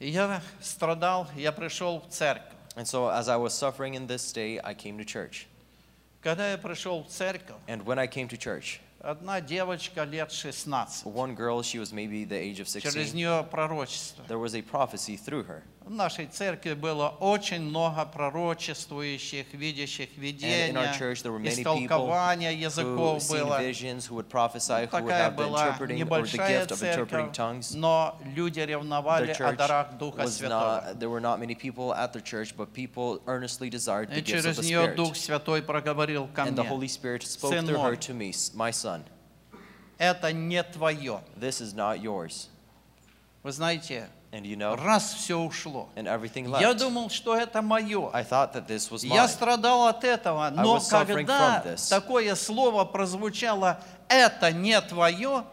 Speaker 3: И Я страдал, я пришел в церковь.
Speaker 4: And so, as I was suffering in this state, I came to church.
Speaker 3: Когда я пришел в церковь,
Speaker 4: And when I came to church,
Speaker 3: одна девочка лет 16,
Speaker 4: one girl, she was maybe the age of
Speaker 3: через
Speaker 4: 16,
Speaker 3: нее пророчество.
Speaker 4: there was a prophecy through her.
Speaker 3: В нашей церкви было очень много пророчествующих, видящих
Speaker 4: And in our
Speaker 3: видения,
Speaker 4: church, there were many people
Speaker 3: истолкования
Speaker 4: who
Speaker 3: языков
Speaker 4: seen
Speaker 3: было.
Speaker 4: visions, who would prophesy, who would
Speaker 3: Такая
Speaker 4: have the
Speaker 3: была
Speaker 4: interpreting or the
Speaker 3: небольшая
Speaker 4: gift of
Speaker 3: церковь,
Speaker 4: interpreting tongues.
Speaker 3: но люди ревновали
Speaker 4: Their
Speaker 3: о
Speaker 4: church
Speaker 3: дарах Духа
Speaker 4: was
Speaker 3: Святого.
Speaker 4: not, there were not many people at their church, but people earnestly desired the
Speaker 3: И
Speaker 4: gifts of
Speaker 3: через
Speaker 4: the
Speaker 3: нее Дух
Speaker 4: Spirit.
Speaker 3: Святой проговорил ко
Speaker 4: And the
Speaker 3: мне.
Speaker 4: Holy Spirit spoke
Speaker 3: Сын
Speaker 4: through her
Speaker 3: мой.
Speaker 4: to me, "S- my son,
Speaker 3: Это не твое.
Speaker 4: this is not yours.
Speaker 3: Вы знаете,
Speaker 4: And you know,
Speaker 3: раз все ушло.
Speaker 4: and everything
Speaker 3: Я
Speaker 4: left.
Speaker 3: думал, что это мое.
Speaker 4: I thought that this was
Speaker 3: Я
Speaker 4: mine.
Speaker 3: страдал от этого, но
Speaker 4: was suffering
Speaker 3: когда
Speaker 4: from this.
Speaker 3: такое слово прозвучало, это не твое,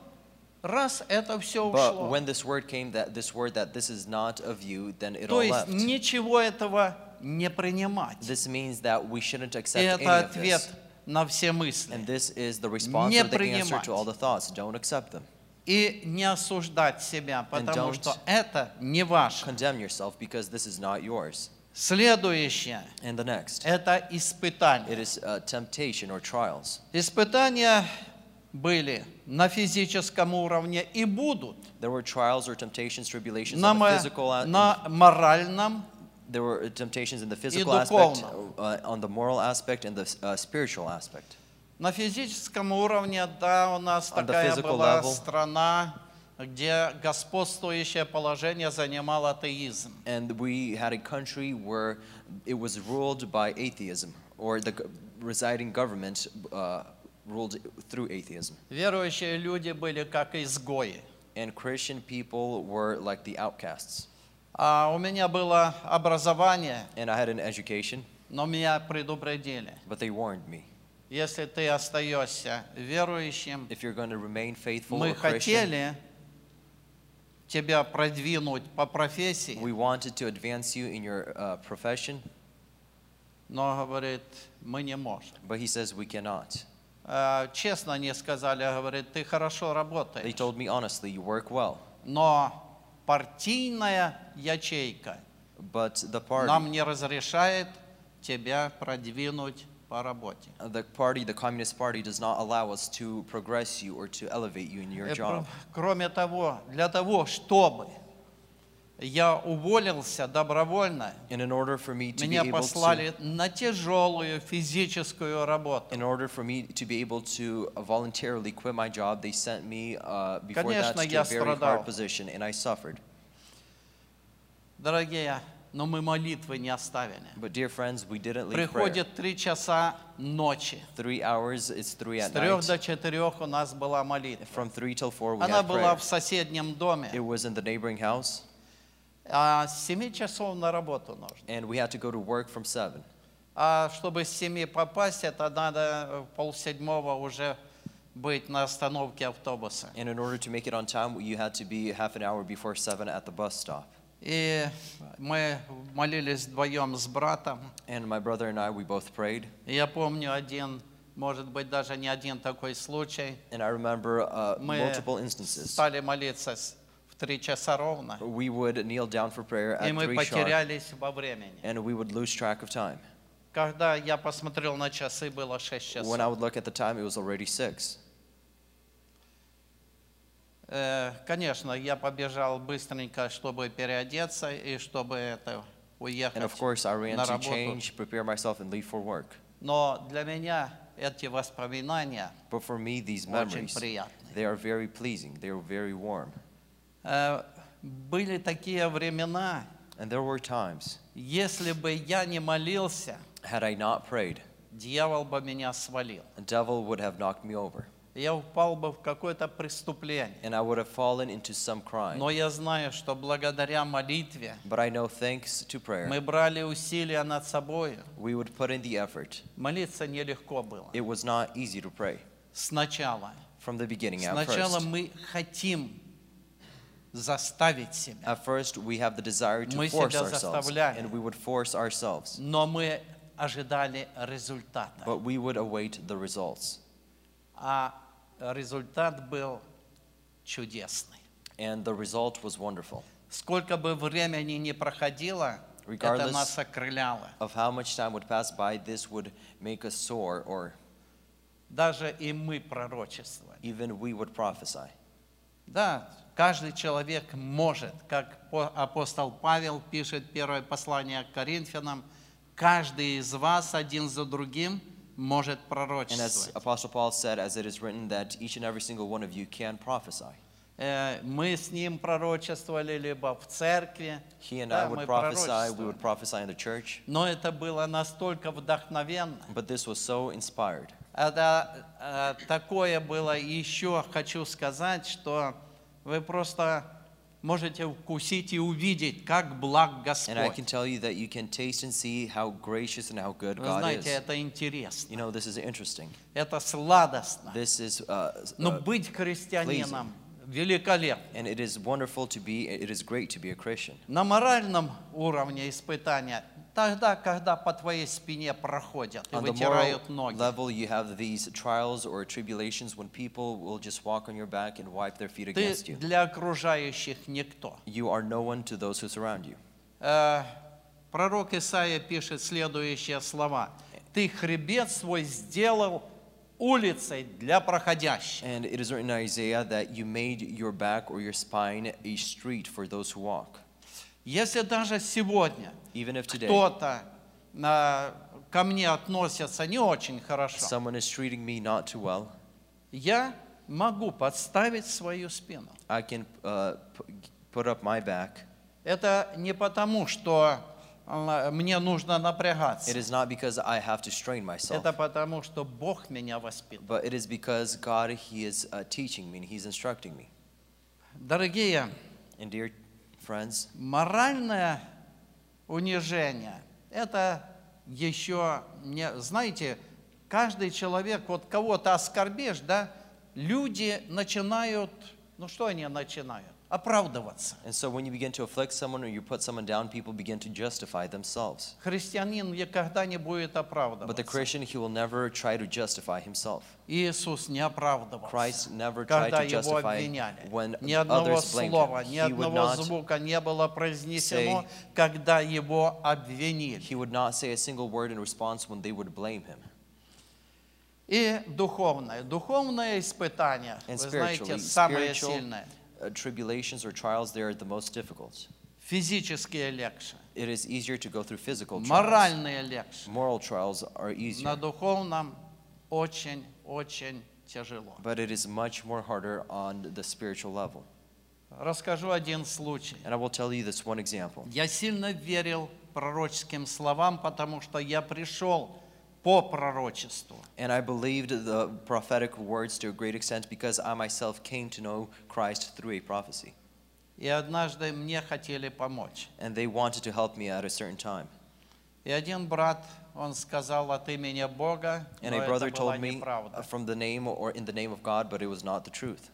Speaker 3: раз это все
Speaker 4: But
Speaker 3: ушло.
Speaker 4: when this word came, that this word that this is not of you, then it
Speaker 3: То
Speaker 4: all
Speaker 3: есть
Speaker 4: left.
Speaker 3: ничего этого не принимать.
Speaker 4: This means that we shouldn't
Speaker 3: И
Speaker 4: accept any
Speaker 3: это
Speaker 4: of
Speaker 3: ответ
Speaker 4: this.
Speaker 3: на все
Speaker 4: And
Speaker 3: мысли.
Speaker 4: this is the response
Speaker 3: Не
Speaker 4: or the answer
Speaker 3: принимать.
Speaker 4: to all the thoughts. Don't accept them.
Speaker 3: И не осуждать себя, потому
Speaker 4: don't
Speaker 3: что это не ваше.
Speaker 4: Condemn yourself because this is not yours.
Speaker 3: Следующее –
Speaker 4: And the next,
Speaker 3: это
Speaker 4: it
Speaker 3: испытания.
Speaker 4: is uh, temptation or trials.
Speaker 3: Испытания были на физическом уровне и будут
Speaker 4: There were trials or temptations, tribulations
Speaker 3: на,
Speaker 4: on the
Speaker 3: мо-
Speaker 4: physical. uh, a-
Speaker 3: на моральном
Speaker 4: there were uh, temptations in the physical aspect, uh, on the moral aspect, and the uh, spiritual aspect.
Speaker 3: На физическом уровне, да, у нас
Speaker 4: On the
Speaker 3: такая
Speaker 4: physical
Speaker 3: была
Speaker 4: level.
Speaker 3: страна, где господствующее положение занимал атеизм.
Speaker 4: And we had a country where it was ruled by atheism, or the g- residing government uh, ruled through atheism.
Speaker 3: Верующие люди были как изгои.
Speaker 4: And Christian people were like the outcasts.
Speaker 3: А у меня было образование,
Speaker 4: And I had an education,
Speaker 3: но меня предупредили.
Speaker 4: but they warned me
Speaker 3: Если ты остаешься верующим,
Speaker 4: if you're going to remain faithful
Speaker 3: мы
Speaker 4: or Christian,
Speaker 3: хотели тебя продвинуть по профессии,
Speaker 4: we wanted to advance you in your uh, profession,
Speaker 3: но, говорит, мы не можем.
Speaker 4: but he says we cannot.
Speaker 3: А, Честно не сказали, говорит, ты хорошо
Speaker 4: They
Speaker 3: работаешь.
Speaker 4: told me honestly, you work well,
Speaker 3: Но партийная ячейка
Speaker 4: But the party,
Speaker 3: нам не разрешает тебя продвинуть по работе.
Speaker 4: the party, the Communist Party, does not allow us to progress you or to elevate you in your
Speaker 3: Э,
Speaker 4: job.
Speaker 3: про- Кроме того, для того, чтобы я уволился добровольно,
Speaker 4: And in order for me to be
Speaker 3: меня
Speaker 4: able to,
Speaker 3: послали на тяжелую физическую работу.
Speaker 4: in order for me to be able to uh, voluntarily quit my job, they sent me uh, before
Speaker 3: Конечно,
Speaker 4: that to
Speaker 3: я
Speaker 4: a very
Speaker 3: страдал.
Speaker 4: hard position, and I suffered.
Speaker 3: Дорогие, но мы молитвы не оставили.
Speaker 4: But dear friends, we didn't leave prayer.
Speaker 3: Приходит три часа ночи.
Speaker 4: Three hours, it's three
Speaker 3: С
Speaker 4: at
Speaker 3: трех
Speaker 4: night.
Speaker 3: до четырех у нас была молитва.
Speaker 4: From three till four, we
Speaker 3: Она
Speaker 4: had
Speaker 3: была
Speaker 4: prayer.
Speaker 3: в соседнем
Speaker 4: It
Speaker 3: доме,
Speaker 4: was in the neighboring house,
Speaker 3: а с семи часов на работу нужно.
Speaker 4: and we had to go to work from seven.
Speaker 3: А чтобы с семи попасть, это надо э, полседьмого уже быть на остановке автобуса.
Speaker 4: And in order to make it on time, you had to be half an hour before seven at the bus stop.
Speaker 3: И мы молились вдвоем с братом.
Speaker 4: And my brother and I, we both prayed.
Speaker 3: И я помню один, может быть, даже не один такой случай.
Speaker 4: And I remember uh,
Speaker 3: Мы
Speaker 4: multiple instances.
Speaker 3: стали молиться с- в три часа ровно,
Speaker 4: We would kneel down for prayer
Speaker 3: и
Speaker 4: at
Speaker 3: мы
Speaker 4: three sharp,
Speaker 3: потерялись во времени.
Speaker 4: and we would lose track of time.
Speaker 3: Когда я посмотрел на часы, было шесть
Speaker 4: When
Speaker 3: часов.
Speaker 4: I would look at the time, it was already six.
Speaker 3: Э, Конечно, я побежал быстренько, чтобы переодеться и чтобы это уехать
Speaker 4: And of course, I ran
Speaker 3: на
Speaker 4: to
Speaker 3: работу.
Speaker 4: change, prepare myself, and leave for work.
Speaker 3: Но для меня эти воспоминания
Speaker 4: But for me, these
Speaker 3: очень
Speaker 4: memories,
Speaker 3: приятны.
Speaker 4: they are very pleasing. They are very warm.
Speaker 3: Э, Были такие времена,
Speaker 4: And there were times,
Speaker 3: если бы я не молился,
Speaker 4: had I not prayed,
Speaker 3: дьявол бы меня свалил.
Speaker 4: the devil would have knocked me over,
Speaker 3: Я упал бы в какое-то преступление.
Speaker 4: and I would have fallen into some crime.
Speaker 3: Но я знаю, что благодаря молитве
Speaker 4: But I know thanks to prayer,
Speaker 3: мы брали усилия над собой.
Speaker 4: we would put in the effort.
Speaker 3: Молиться нелегко было.
Speaker 4: It was not easy to pray
Speaker 3: Сначала.
Speaker 4: from the beginning at
Speaker 3: Сначала
Speaker 4: first.
Speaker 3: мы хотим заставить себя.
Speaker 4: At first, we have the desire to
Speaker 3: Мы
Speaker 4: force
Speaker 3: себя
Speaker 4: ourselves,
Speaker 3: заставляли.
Speaker 4: and we would force ourselves,
Speaker 3: Но мы ожидали результата.
Speaker 4: but we would await the results.
Speaker 3: А результат был чудесный.
Speaker 4: And the result was wonderful.
Speaker 3: Сколько бы времени ни проходило, это
Speaker 4: Regardless-
Speaker 3: нас окрыляло.
Speaker 4: Of how much time would pass by, this would make us sore, or
Speaker 3: Даже и мы пророчествовали.
Speaker 4: even we would prophesy.
Speaker 3: Да, каждый человек может, как по- апостол Павел пишет первое послание к Коринфянам, каждый из вас один за другим может
Speaker 4: And as
Speaker 3: пророчествовать.
Speaker 4: Apostle Paul said, as it is written, that each and every single one of you can prophesy.
Speaker 3: Э, Мы с ним пророчествовали либо в церкви,
Speaker 4: He and
Speaker 3: Да,
Speaker 4: I
Speaker 3: мы
Speaker 4: would prophesy, we
Speaker 3: пророчествуем.
Speaker 4: would prophesy in the church,
Speaker 3: но это было настолько вдохновенно.
Speaker 4: but this was so inspired.
Speaker 3: Это э, такое было еще, хочу сказать, что вы просто можете вкусить и увидеть, как благ
Speaker 4: And I can
Speaker 3: Господь.
Speaker 4: tell you that you can taste and see how gracious and how good
Speaker 3: Вы
Speaker 4: God
Speaker 3: знаете,
Speaker 4: is.
Speaker 3: это интересно.
Speaker 4: You know, this is interesting.
Speaker 3: Это сладостно.
Speaker 4: This is, uh,
Speaker 3: Но
Speaker 4: uh,
Speaker 3: быть христианином великолепно.
Speaker 4: and it is wonderful to be, it is great to be a Christian.
Speaker 3: На моральном уровне испытания, тогда, когда по твоей спине проходят и
Speaker 4: On the moral
Speaker 3: вытирают ноги.
Speaker 4: level, you have these trials or tribulations when people will just walk on your back and wipe their feet
Speaker 3: Ты
Speaker 4: against you.
Speaker 3: для окружающих никто.
Speaker 4: You are no one to those who surround you.
Speaker 3: Э, Пророк Исаия пишет следующие слова. «Ты хребет свой сделал улицей для проходящих».
Speaker 4: And it is written in Isaiah that you made your back or your spine a street for those who walk.
Speaker 3: Если даже сегодня
Speaker 4: Even if today
Speaker 3: кто-то э, ко мне относится не очень хорошо,
Speaker 4: someone is treating me not too well,
Speaker 3: Я могу подставить свою спину.
Speaker 4: I can uh, p- put up my back.
Speaker 3: Это не потому, что э, мне нужно
Speaker 4: It
Speaker 3: напрягаться.
Speaker 4: is not because I have to strain myself,
Speaker 3: Это потому, что Бог меня воспитал.
Speaker 4: but it is because God, He is uh, teaching me and He's instructing me.
Speaker 3: Дорогие,
Speaker 4: And dear friends,
Speaker 3: моральное унижение – это еще не... Знаете, каждый человек, вот кого-то оскорбишь, да, люди начинают... Ну что они начинают? оправдываться.
Speaker 4: And so when you begin to afflict someone or you put someone down, people begin to justify themselves.
Speaker 3: Христианин никогда не будет
Speaker 4: But the
Speaker 3: оправдываться.
Speaker 4: Christian, he will never try to justify himself.
Speaker 3: Иисус не оправдывался.
Speaker 4: Christ never tried
Speaker 3: когда
Speaker 4: to
Speaker 3: его
Speaker 4: justify
Speaker 3: обвиняли.
Speaker 4: when
Speaker 3: Ни одного
Speaker 4: others blamed
Speaker 3: слова,
Speaker 4: him.
Speaker 3: ни
Speaker 4: He would
Speaker 3: одного
Speaker 4: not,
Speaker 3: звука не было произнесено, когда его обвинили.
Speaker 4: he would not say a single word in response when they would blame him.
Speaker 3: И духовное. Духовное испытание, вы
Speaker 4: And
Speaker 3: знаете,
Speaker 4: spiritually,
Speaker 3: самое
Speaker 4: spiritual-
Speaker 3: сильное.
Speaker 4: Uh, tribulations or trials, they are the most difficult.
Speaker 3: Физические легче,
Speaker 4: It is easier to go through physical trials.
Speaker 3: моральные легче.
Speaker 4: Moral trials are
Speaker 3: На
Speaker 4: easier,
Speaker 3: духовном очень-очень тяжело.
Speaker 4: but it is much more harder on the spiritual level.
Speaker 3: Расскажу один случай.
Speaker 4: And I will tell you this one example.
Speaker 3: Я сильно верил пророческим словам, потому что я пришел по пророчеству.
Speaker 4: And I believed the prophetic words to a great extent because I myself came to know Christ through a prophecy.
Speaker 3: И однажды мне хотели помочь.
Speaker 4: And they wanted to help me at a certain time.
Speaker 3: И один брат, он сказал от имени Бога, но
Speaker 4: And a
Speaker 3: это
Speaker 4: brother
Speaker 3: была
Speaker 4: told me uh,
Speaker 3: неправда.
Speaker 4: from the name or in the name of God, but it was not the truth.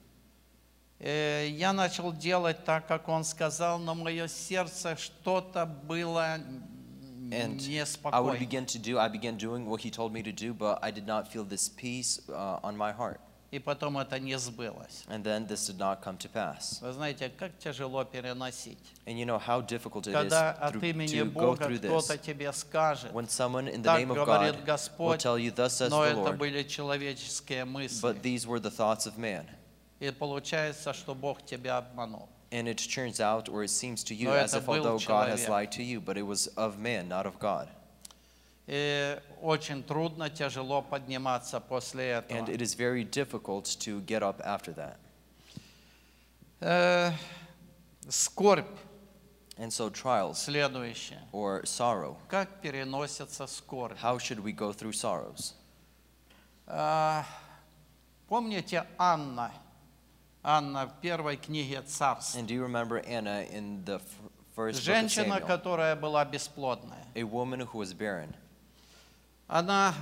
Speaker 3: Э, Я начал делать так, как он сказал, но мое сердце что-то было м,
Speaker 4: And I would
Speaker 3: неспокойно.
Speaker 4: begin to do, I began doing what he told me to do, but I did not feel this peace uh, on my heart.
Speaker 3: И потом это не сбылось.
Speaker 4: And then this did not come to pass.
Speaker 3: Вы знаете, как тяжело переносить,
Speaker 4: And you know how difficult it is
Speaker 3: когда от
Speaker 4: through-
Speaker 3: имени
Speaker 4: to go
Speaker 3: Бога
Speaker 4: through this.
Speaker 3: кто-то тебе скажет,
Speaker 4: When someone in the
Speaker 3: Так
Speaker 4: name of
Speaker 3: говорит
Speaker 4: God will
Speaker 3: Господь,
Speaker 4: tell you, Thus says
Speaker 3: но
Speaker 4: the
Speaker 3: это
Speaker 4: Lord,
Speaker 3: были человеческие
Speaker 4: but
Speaker 3: мысли.
Speaker 4: these were the thoughts of man.
Speaker 3: И получается, что Бог тебя обманул.
Speaker 4: And it turns out, or it seems to you,
Speaker 3: Но
Speaker 4: as
Speaker 3: это
Speaker 4: if
Speaker 3: был
Speaker 4: although God has
Speaker 3: человек.
Speaker 4: lied to you, but it was of man, not of God.
Speaker 3: И очень трудно, тяжело подниматься после этого.
Speaker 4: And it is very difficult to get up after that.
Speaker 3: Э, скорбь
Speaker 4: And so, trials
Speaker 3: следующая.
Speaker 4: or sorrow,
Speaker 3: Как переносится скорбь?
Speaker 4: how should we go through sorrows?
Speaker 3: А, помните Анна? Анна в первой книге царств.
Speaker 4: And do you remember Anna in the f- first book of
Speaker 3: Женщина,
Speaker 4: Samuel?
Speaker 3: которая была бесплодная.
Speaker 4: A woman who was barren.
Speaker 3: Она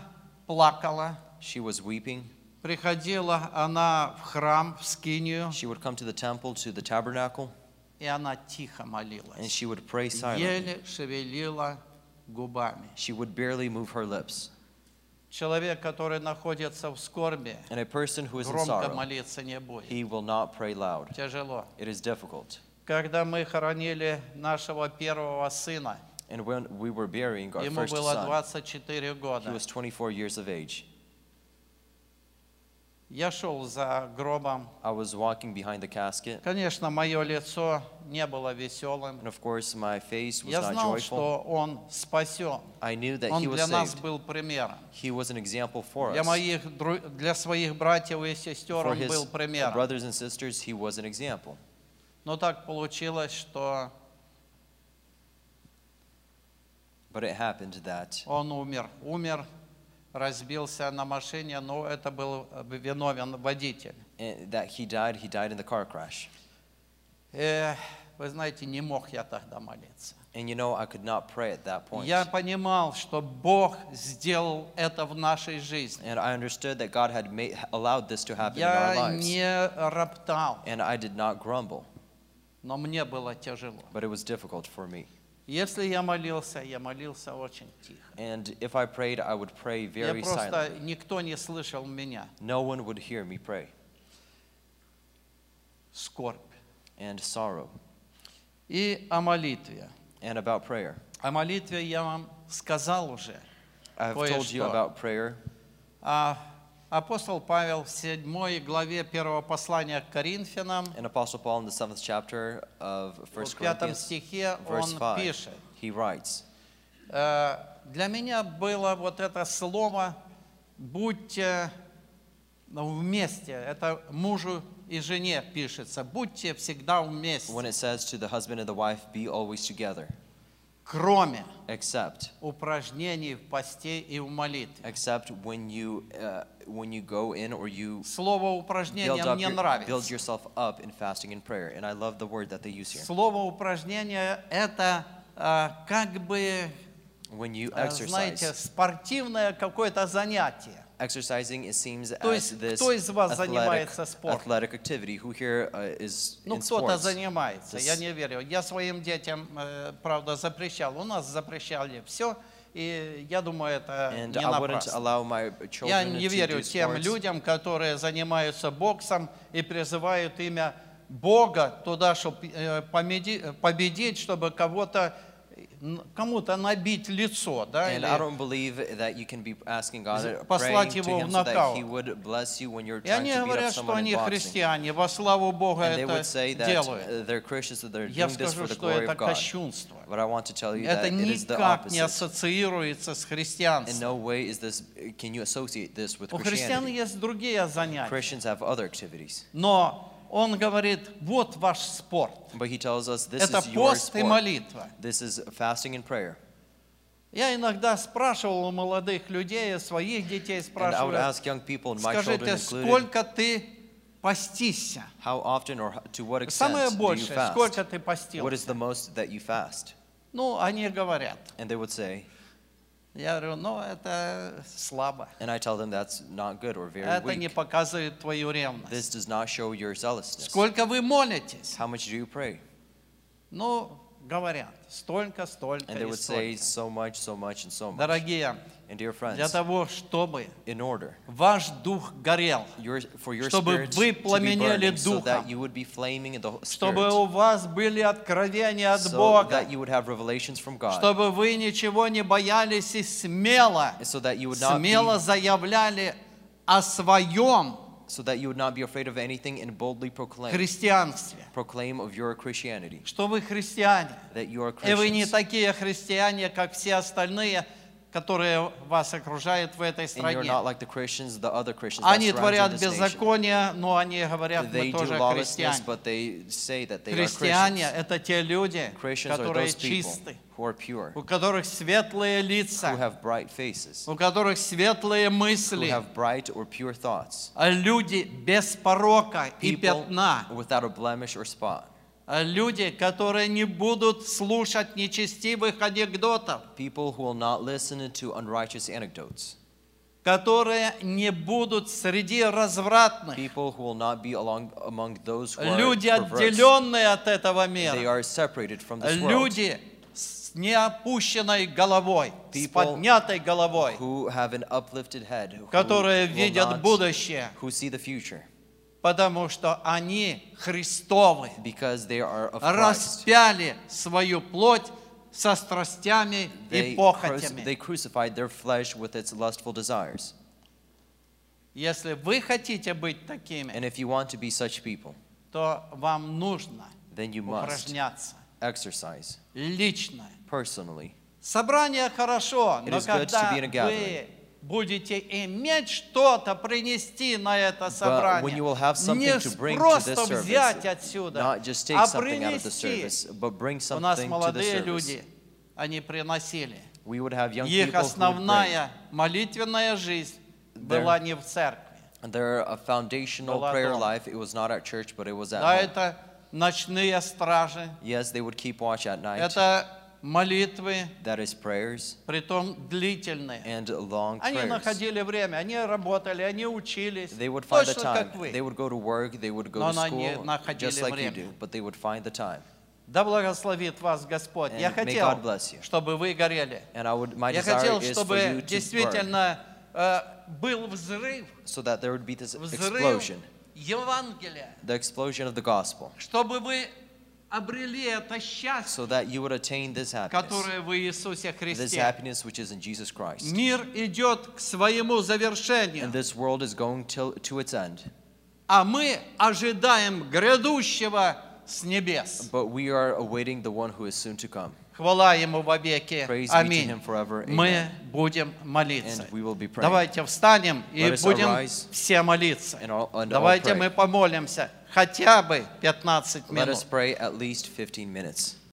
Speaker 3: плакала,
Speaker 4: She was weeping.
Speaker 3: приходила она в храм, в скинию,
Speaker 4: She would come to the temple, to the tabernacle,
Speaker 3: и она тихо
Speaker 4: and
Speaker 3: молилась.
Speaker 4: she would pray silently.
Speaker 3: Еле шевелила губами.
Speaker 4: She would barely move her lips.
Speaker 3: Человек, который находится в скорби,
Speaker 4: And a person who is in
Speaker 3: громко
Speaker 4: sorrow,
Speaker 3: молиться не будет.
Speaker 4: he will not pray loud.
Speaker 3: Тяжело.
Speaker 4: It is difficult.
Speaker 3: Когда мы хоронили нашего первого сына,
Speaker 4: And when we were burying our
Speaker 3: ему
Speaker 4: first
Speaker 3: было
Speaker 4: son,
Speaker 3: 24
Speaker 4: he
Speaker 3: года.
Speaker 4: was 24 years of age.
Speaker 3: Я шел за гробом.
Speaker 4: I was walking behind the casket,
Speaker 3: Конечно, мое лицо не было веселым.
Speaker 4: and of course, my face was
Speaker 3: Я
Speaker 4: not
Speaker 3: знал,
Speaker 4: joyful.
Speaker 3: что он спасен.
Speaker 4: I knew that
Speaker 3: Он
Speaker 4: he was
Speaker 3: для нас
Speaker 4: saved.
Speaker 3: был примером.
Speaker 4: He was an example for
Speaker 3: Для,
Speaker 4: us.
Speaker 3: моих, дру- для своих братьев и сестер
Speaker 4: For
Speaker 3: он
Speaker 4: his
Speaker 3: был примером.
Speaker 4: brothers and sisters, he was an example.
Speaker 3: Но так получилось, что
Speaker 4: But it happened that
Speaker 3: он умер. Умер, разбился на машине, но это был э, виновен водитель.
Speaker 4: eh, that he died. He died in the car crash.
Speaker 3: Э, вы знаете, не мог я тогда молиться.
Speaker 4: And you know, I could not pray at that point.
Speaker 3: Я понимал, что Бог сделал это в нашей жизни.
Speaker 4: And I understood that God had made, allowed this to happen in our
Speaker 3: Я
Speaker 4: lives.
Speaker 3: не роптал,
Speaker 4: And I did not grumble,
Speaker 3: но мне было тяжело.
Speaker 4: but it was difficult for me.
Speaker 3: Если я молился, я молился очень тихо.
Speaker 4: And if I prayed, I would pray
Speaker 3: Я
Speaker 4: very
Speaker 3: просто,
Speaker 4: silently.
Speaker 3: никто не слышал меня.
Speaker 4: No one would hear me pray.
Speaker 3: Скорбь.
Speaker 4: And sorrow.
Speaker 3: И о молитве.
Speaker 4: And about prayer.
Speaker 3: О молитве я вам сказал уже.
Speaker 4: I have told you
Speaker 3: Кое-что.
Speaker 4: about prayer.
Speaker 3: А апостол Павел в 7 главе первого послания к Коринфянам,
Speaker 4: And Apostle Paul in the seventh chapter of
Speaker 3: в
Speaker 4: First
Speaker 3: 5
Speaker 4: Corinthians,
Speaker 3: стихе
Speaker 4: verse
Speaker 3: он
Speaker 4: 5,
Speaker 3: пишет.
Speaker 4: he writes,
Speaker 3: Э, Для меня было вот это слово «будьте ну, вместе». Это мужу и жене пишется. «Будьте всегда
Speaker 4: when
Speaker 3: вместе,
Speaker 4: it says to the husband and the wife, be always together,
Speaker 3: кроме
Speaker 4: except,
Speaker 3: упражнений в посте и в молитве».
Speaker 4: except when you, uh, when you go in or you
Speaker 3: Слово
Speaker 4: build,
Speaker 3: «упражнение»
Speaker 4: up
Speaker 3: мне
Speaker 4: your- build
Speaker 3: нравится.
Speaker 4: yourself up in fasting and prayer. And I love the word that they use here.
Speaker 3: Слово «упражнение» — это э, как бы,
Speaker 4: When you
Speaker 3: э,
Speaker 4: exercise,
Speaker 3: знаете, спортивное какое-то занятие.
Speaker 4: exercising, it seems,
Speaker 3: То
Speaker 4: as
Speaker 3: есть,
Speaker 4: this
Speaker 3: кто из вас
Speaker 4: athletic,
Speaker 3: занимается спортом?
Speaker 4: athletic activity. Who here uh, is
Speaker 3: Ну,
Speaker 4: in
Speaker 3: кто-то
Speaker 4: sports?
Speaker 3: занимается, я
Speaker 4: This-
Speaker 3: не верю. Я своим детям, э, правда, запрещал. У нас запрещали все, и я думаю, это
Speaker 4: And
Speaker 3: не
Speaker 4: I wouldn't
Speaker 3: напрасно.
Speaker 4: allow my
Speaker 3: Я
Speaker 4: children
Speaker 3: не
Speaker 4: to do
Speaker 3: верю тем
Speaker 4: sports.
Speaker 3: людям, которые занимаются боксом и призывают имя Бога туда, чтобы победить, чтобы кого-то, э, н- кому-то набить лицо, да,
Speaker 4: And
Speaker 3: или-
Speaker 4: I don't believe that you can be asking God,
Speaker 3: З-
Speaker 4: praying
Speaker 3: послать
Speaker 4: to
Speaker 3: его в
Speaker 4: Him so that He
Speaker 3: нокаут.
Speaker 4: would bless you when you're
Speaker 3: И
Speaker 4: trying
Speaker 3: они
Speaker 4: to beat up
Speaker 3: говорят, что
Speaker 4: someone in
Speaker 3: они
Speaker 4: boxing.
Speaker 3: христиане, во славу Бога
Speaker 4: And they
Speaker 3: это
Speaker 4: would say that
Speaker 3: делают.
Speaker 4: uh, they're Christians, that they're
Speaker 3: Я
Speaker 4: doing this
Speaker 3: скажу,
Speaker 4: for the
Speaker 3: что
Speaker 4: glory
Speaker 3: это
Speaker 4: of God.
Speaker 3: кощунство.
Speaker 4: But I want to tell you that
Speaker 3: Это
Speaker 4: it is the
Speaker 3: никак не
Speaker 4: opposite.
Speaker 3: ассоциируется с
Speaker 4: In
Speaker 3: христианством.
Speaker 4: no way is this, can you associate this with
Speaker 3: У христиан
Speaker 4: Christianity?
Speaker 3: есть другие занятия.
Speaker 4: Christians have other activities.
Speaker 3: Но он говорит, вот ваш спорт.
Speaker 4: But He tells us this
Speaker 3: Это
Speaker 4: is your
Speaker 3: пост и
Speaker 4: sport.
Speaker 3: молитва.
Speaker 4: This is fasting and prayer.
Speaker 3: Я иногда спрашивал у молодых людей, у своих детей
Speaker 4: And I would
Speaker 3: спрашиваю,
Speaker 4: ask young people, and my children
Speaker 3: скажите,
Speaker 4: included,
Speaker 3: сколько ты постишься?
Speaker 4: how often or to what extent
Speaker 3: Самое
Speaker 4: do you
Speaker 3: большее,
Speaker 4: fast?
Speaker 3: сколько ты
Speaker 4: What
Speaker 3: постился?
Speaker 4: is the most that you fast?
Speaker 3: Ну, они говорят.
Speaker 4: And they would say,
Speaker 3: Я говорю, ну, это слабо.
Speaker 4: and I tell them that's not good or very
Speaker 3: Это не
Speaker 4: weak.
Speaker 3: показывает твою ревность.
Speaker 4: This does not show your zealousness.
Speaker 3: Сколько вы молитесь?
Speaker 4: How much do you pray?
Speaker 3: Ну, говорят, столько, столько
Speaker 4: And they
Speaker 3: и
Speaker 4: would say
Speaker 3: столько.
Speaker 4: so much, so much, and so much.
Speaker 3: Дорогие,
Speaker 4: And
Speaker 3: для
Speaker 4: dear friends,
Speaker 3: того, чтобы
Speaker 4: in order
Speaker 3: ваш дух горел,
Speaker 4: your, for your
Speaker 3: Чтобы
Speaker 4: spirit
Speaker 3: вы
Speaker 4: to be burning,
Speaker 3: пламенели
Speaker 4: so that
Speaker 3: духом.
Speaker 4: you would be flaming in the
Speaker 3: чтобы
Speaker 4: spirit,
Speaker 3: у вас были откровения от
Speaker 4: so
Speaker 3: Бога,
Speaker 4: that you would have revelations from God,
Speaker 3: чтобы вы ничего не боялись и смело,
Speaker 4: so that you would not be,
Speaker 3: смело заявляли о своем
Speaker 4: so that you would not be afraid of anything, and boldly proclaim,
Speaker 3: христианстве,
Speaker 4: proclaim of your Christianity,
Speaker 3: что вы христиане,
Speaker 4: that you are
Speaker 3: и вы не
Speaker 4: Christians,
Speaker 3: такие христиане, как все остальные, которые вас окружают в этой
Speaker 4: and you're
Speaker 3: стране.
Speaker 4: not like the Christians, the other Christians that
Speaker 3: Они
Speaker 4: surround you in
Speaker 3: творят
Speaker 4: this nation.
Speaker 3: беззаконие, но они говорят,
Speaker 4: They
Speaker 3: мы
Speaker 4: do
Speaker 3: тоже
Speaker 4: lawlessness,
Speaker 3: христиане.
Speaker 4: but they say that they are
Speaker 3: Христиане –
Speaker 4: Christians.
Speaker 3: это те люди,
Speaker 4: Christians are
Speaker 3: которые
Speaker 4: those people
Speaker 3: чисты,
Speaker 4: who are pure,
Speaker 3: у которых светлые
Speaker 4: who
Speaker 3: лица,
Speaker 4: have bright faces,
Speaker 3: у которых светлые
Speaker 4: who
Speaker 3: мысли,
Speaker 4: have bright or pure thoughts,
Speaker 3: а люди без порока и
Speaker 4: people
Speaker 3: пятна,
Speaker 4: without a blemish or spot,
Speaker 3: а люди, которые не будут слушать нечестивых анекдотов,
Speaker 4: people who will not listen to unrighteous anecdotes,
Speaker 3: которые не будут среди развратных,
Speaker 4: people who will not be along among those who are
Speaker 3: люди,
Speaker 4: perverse.
Speaker 3: отделенные от этого
Speaker 4: They
Speaker 3: мира,
Speaker 4: are separated from this world,
Speaker 3: люди с неопущенной головой, с
Speaker 4: People
Speaker 3: поднятой головой,
Speaker 4: who have an uplifted head, who
Speaker 3: которые
Speaker 4: will
Speaker 3: видят
Speaker 4: not-
Speaker 3: будущее,
Speaker 4: who see the future,
Speaker 3: потому что они Христовы,
Speaker 4: because they are of Christ.
Speaker 3: распяли свою плоть со страстями и
Speaker 4: They, cruci- they
Speaker 3: похотями.
Speaker 4: crucified their flesh with its lustful desires.
Speaker 3: Если вы хотите быть
Speaker 4: And
Speaker 3: такими,
Speaker 4: if you want to be such people,
Speaker 3: то вам нужно
Speaker 4: then you must
Speaker 3: упражняться
Speaker 4: exercise
Speaker 3: лично.
Speaker 4: personally.
Speaker 3: Собрание хорошо,
Speaker 4: It
Speaker 3: но
Speaker 4: is good to
Speaker 3: когда
Speaker 4: be in a gathering.
Speaker 3: вы будете иметь что-то, принести на это собрание,
Speaker 4: when you will have something
Speaker 3: не
Speaker 4: to bring to
Speaker 3: просто
Speaker 4: this service,
Speaker 3: взять отсюда,
Speaker 4: Not just
Speaker 3: а
Speaker 4: take something out of the service,
Speaker 3: принести.
Speaker 4: but bring
Speaker 3: У нас
Speaker 4: something to the
Speaker 3: молодые
Speaker 4: service.
Speaker 3: люди, они приносили.
Speaker 4: We would have young
Speaker 3: Их
Speaker 4: people who would bring.
Speaker 3: основная молитвенная жизнь была не в церкви,
Speaker 4: Their uh, foundational
Speaker 3: была
Speaker 4: prayer
Speaker 3: дома.
Speaker 4: life, it was not at church, but it was at
Speaker 3: да,
Speaker 4: home.
Speaker 3: это ночные стражи,
Speaker 4: Yes, they would keep watch at night.
Speaker 3: это молитвы,
Speaker 4: That is prayers
Speaker 3: притом длительные.
Speaker 4: and long
Speaker 3: Они
Speaker 4: prayers.
Speaker 3: находили время, они работали, они учились,
Speaker 4: They would find the
Speaker 3: точно
Speaker 4: time.
Speaker 3: как
Speaker 4: They
Speaker 3: вы.
Speaker 4: would go to work, they would go
Speaker 3: Но
Speaker 4: to
Speaker 3: они
Speaker 4: school,
Speaker 3: находили
Speaker 4: just like you
Speaker 3: время.
Speaker 4: do, but they would find the time.
Speaker 3: Да благословит вас Господь. Я
Speaker 4: And may
Speaker 3: хотел,
Speaker 4: God bless you.
Speaker 3: чтобы вы горели.
Speaker 4: And I would, my
Speaker 3: Я
Speaker 4: desire
Speaker 3: хотел,
Speaker 4: is for you
Speaker 3: чтобы
Speaker 4: to burn.
Speaker 3: действительно э, был взрыв,
Speaker 4: so that there would be this
Speaker 3: взрыв
Speaker 4: explosion,
Speaker 3: Евангелия,
Speaker 4: the explosion of the gospel,
Speaker 3: чтобы вы обрели это счастье.
Speaker 4: so that you would attain this happiness,
Speaker 3: которое в Иисусе
Speaker 4: this
Speaker 3: Христе.
Speaker 4: happiness which is in Jesus Christ.
Speaker 3: Мир идет к своему
Speaker 4: And
Speaker 3: завершению,
Speaker 4: this world is going till, to its end,
Speaker 3: а мы ожидаем грядущего с небес.
Speaker 4: but we are awaiting the one who is soon to come.
Speaker 3: Хвала Ему во веки.
Speaker 4: Praise be to
Speaker 3: Аминь.
Speaker 4: him forever.
Speaker 3: Мы
Speaker 4: Amen.
Speaker 3: будем молиться.
Speaker 4: And we will be praying.
Speaker 3: Давайте встанем и
Speaker 4: Let us
Speaker 3: будем
Speaker 4: arise
Speaker 3: все молиться.
Speaker 4: and all- and all
Speaker 3: Давайте
Speaker 4: pray.
Speaker 3: мы помолимся хотя бы 15
Speaker 4: Let us
Speaker 3: минут.
Speaker 4: pray at least 15 minutes.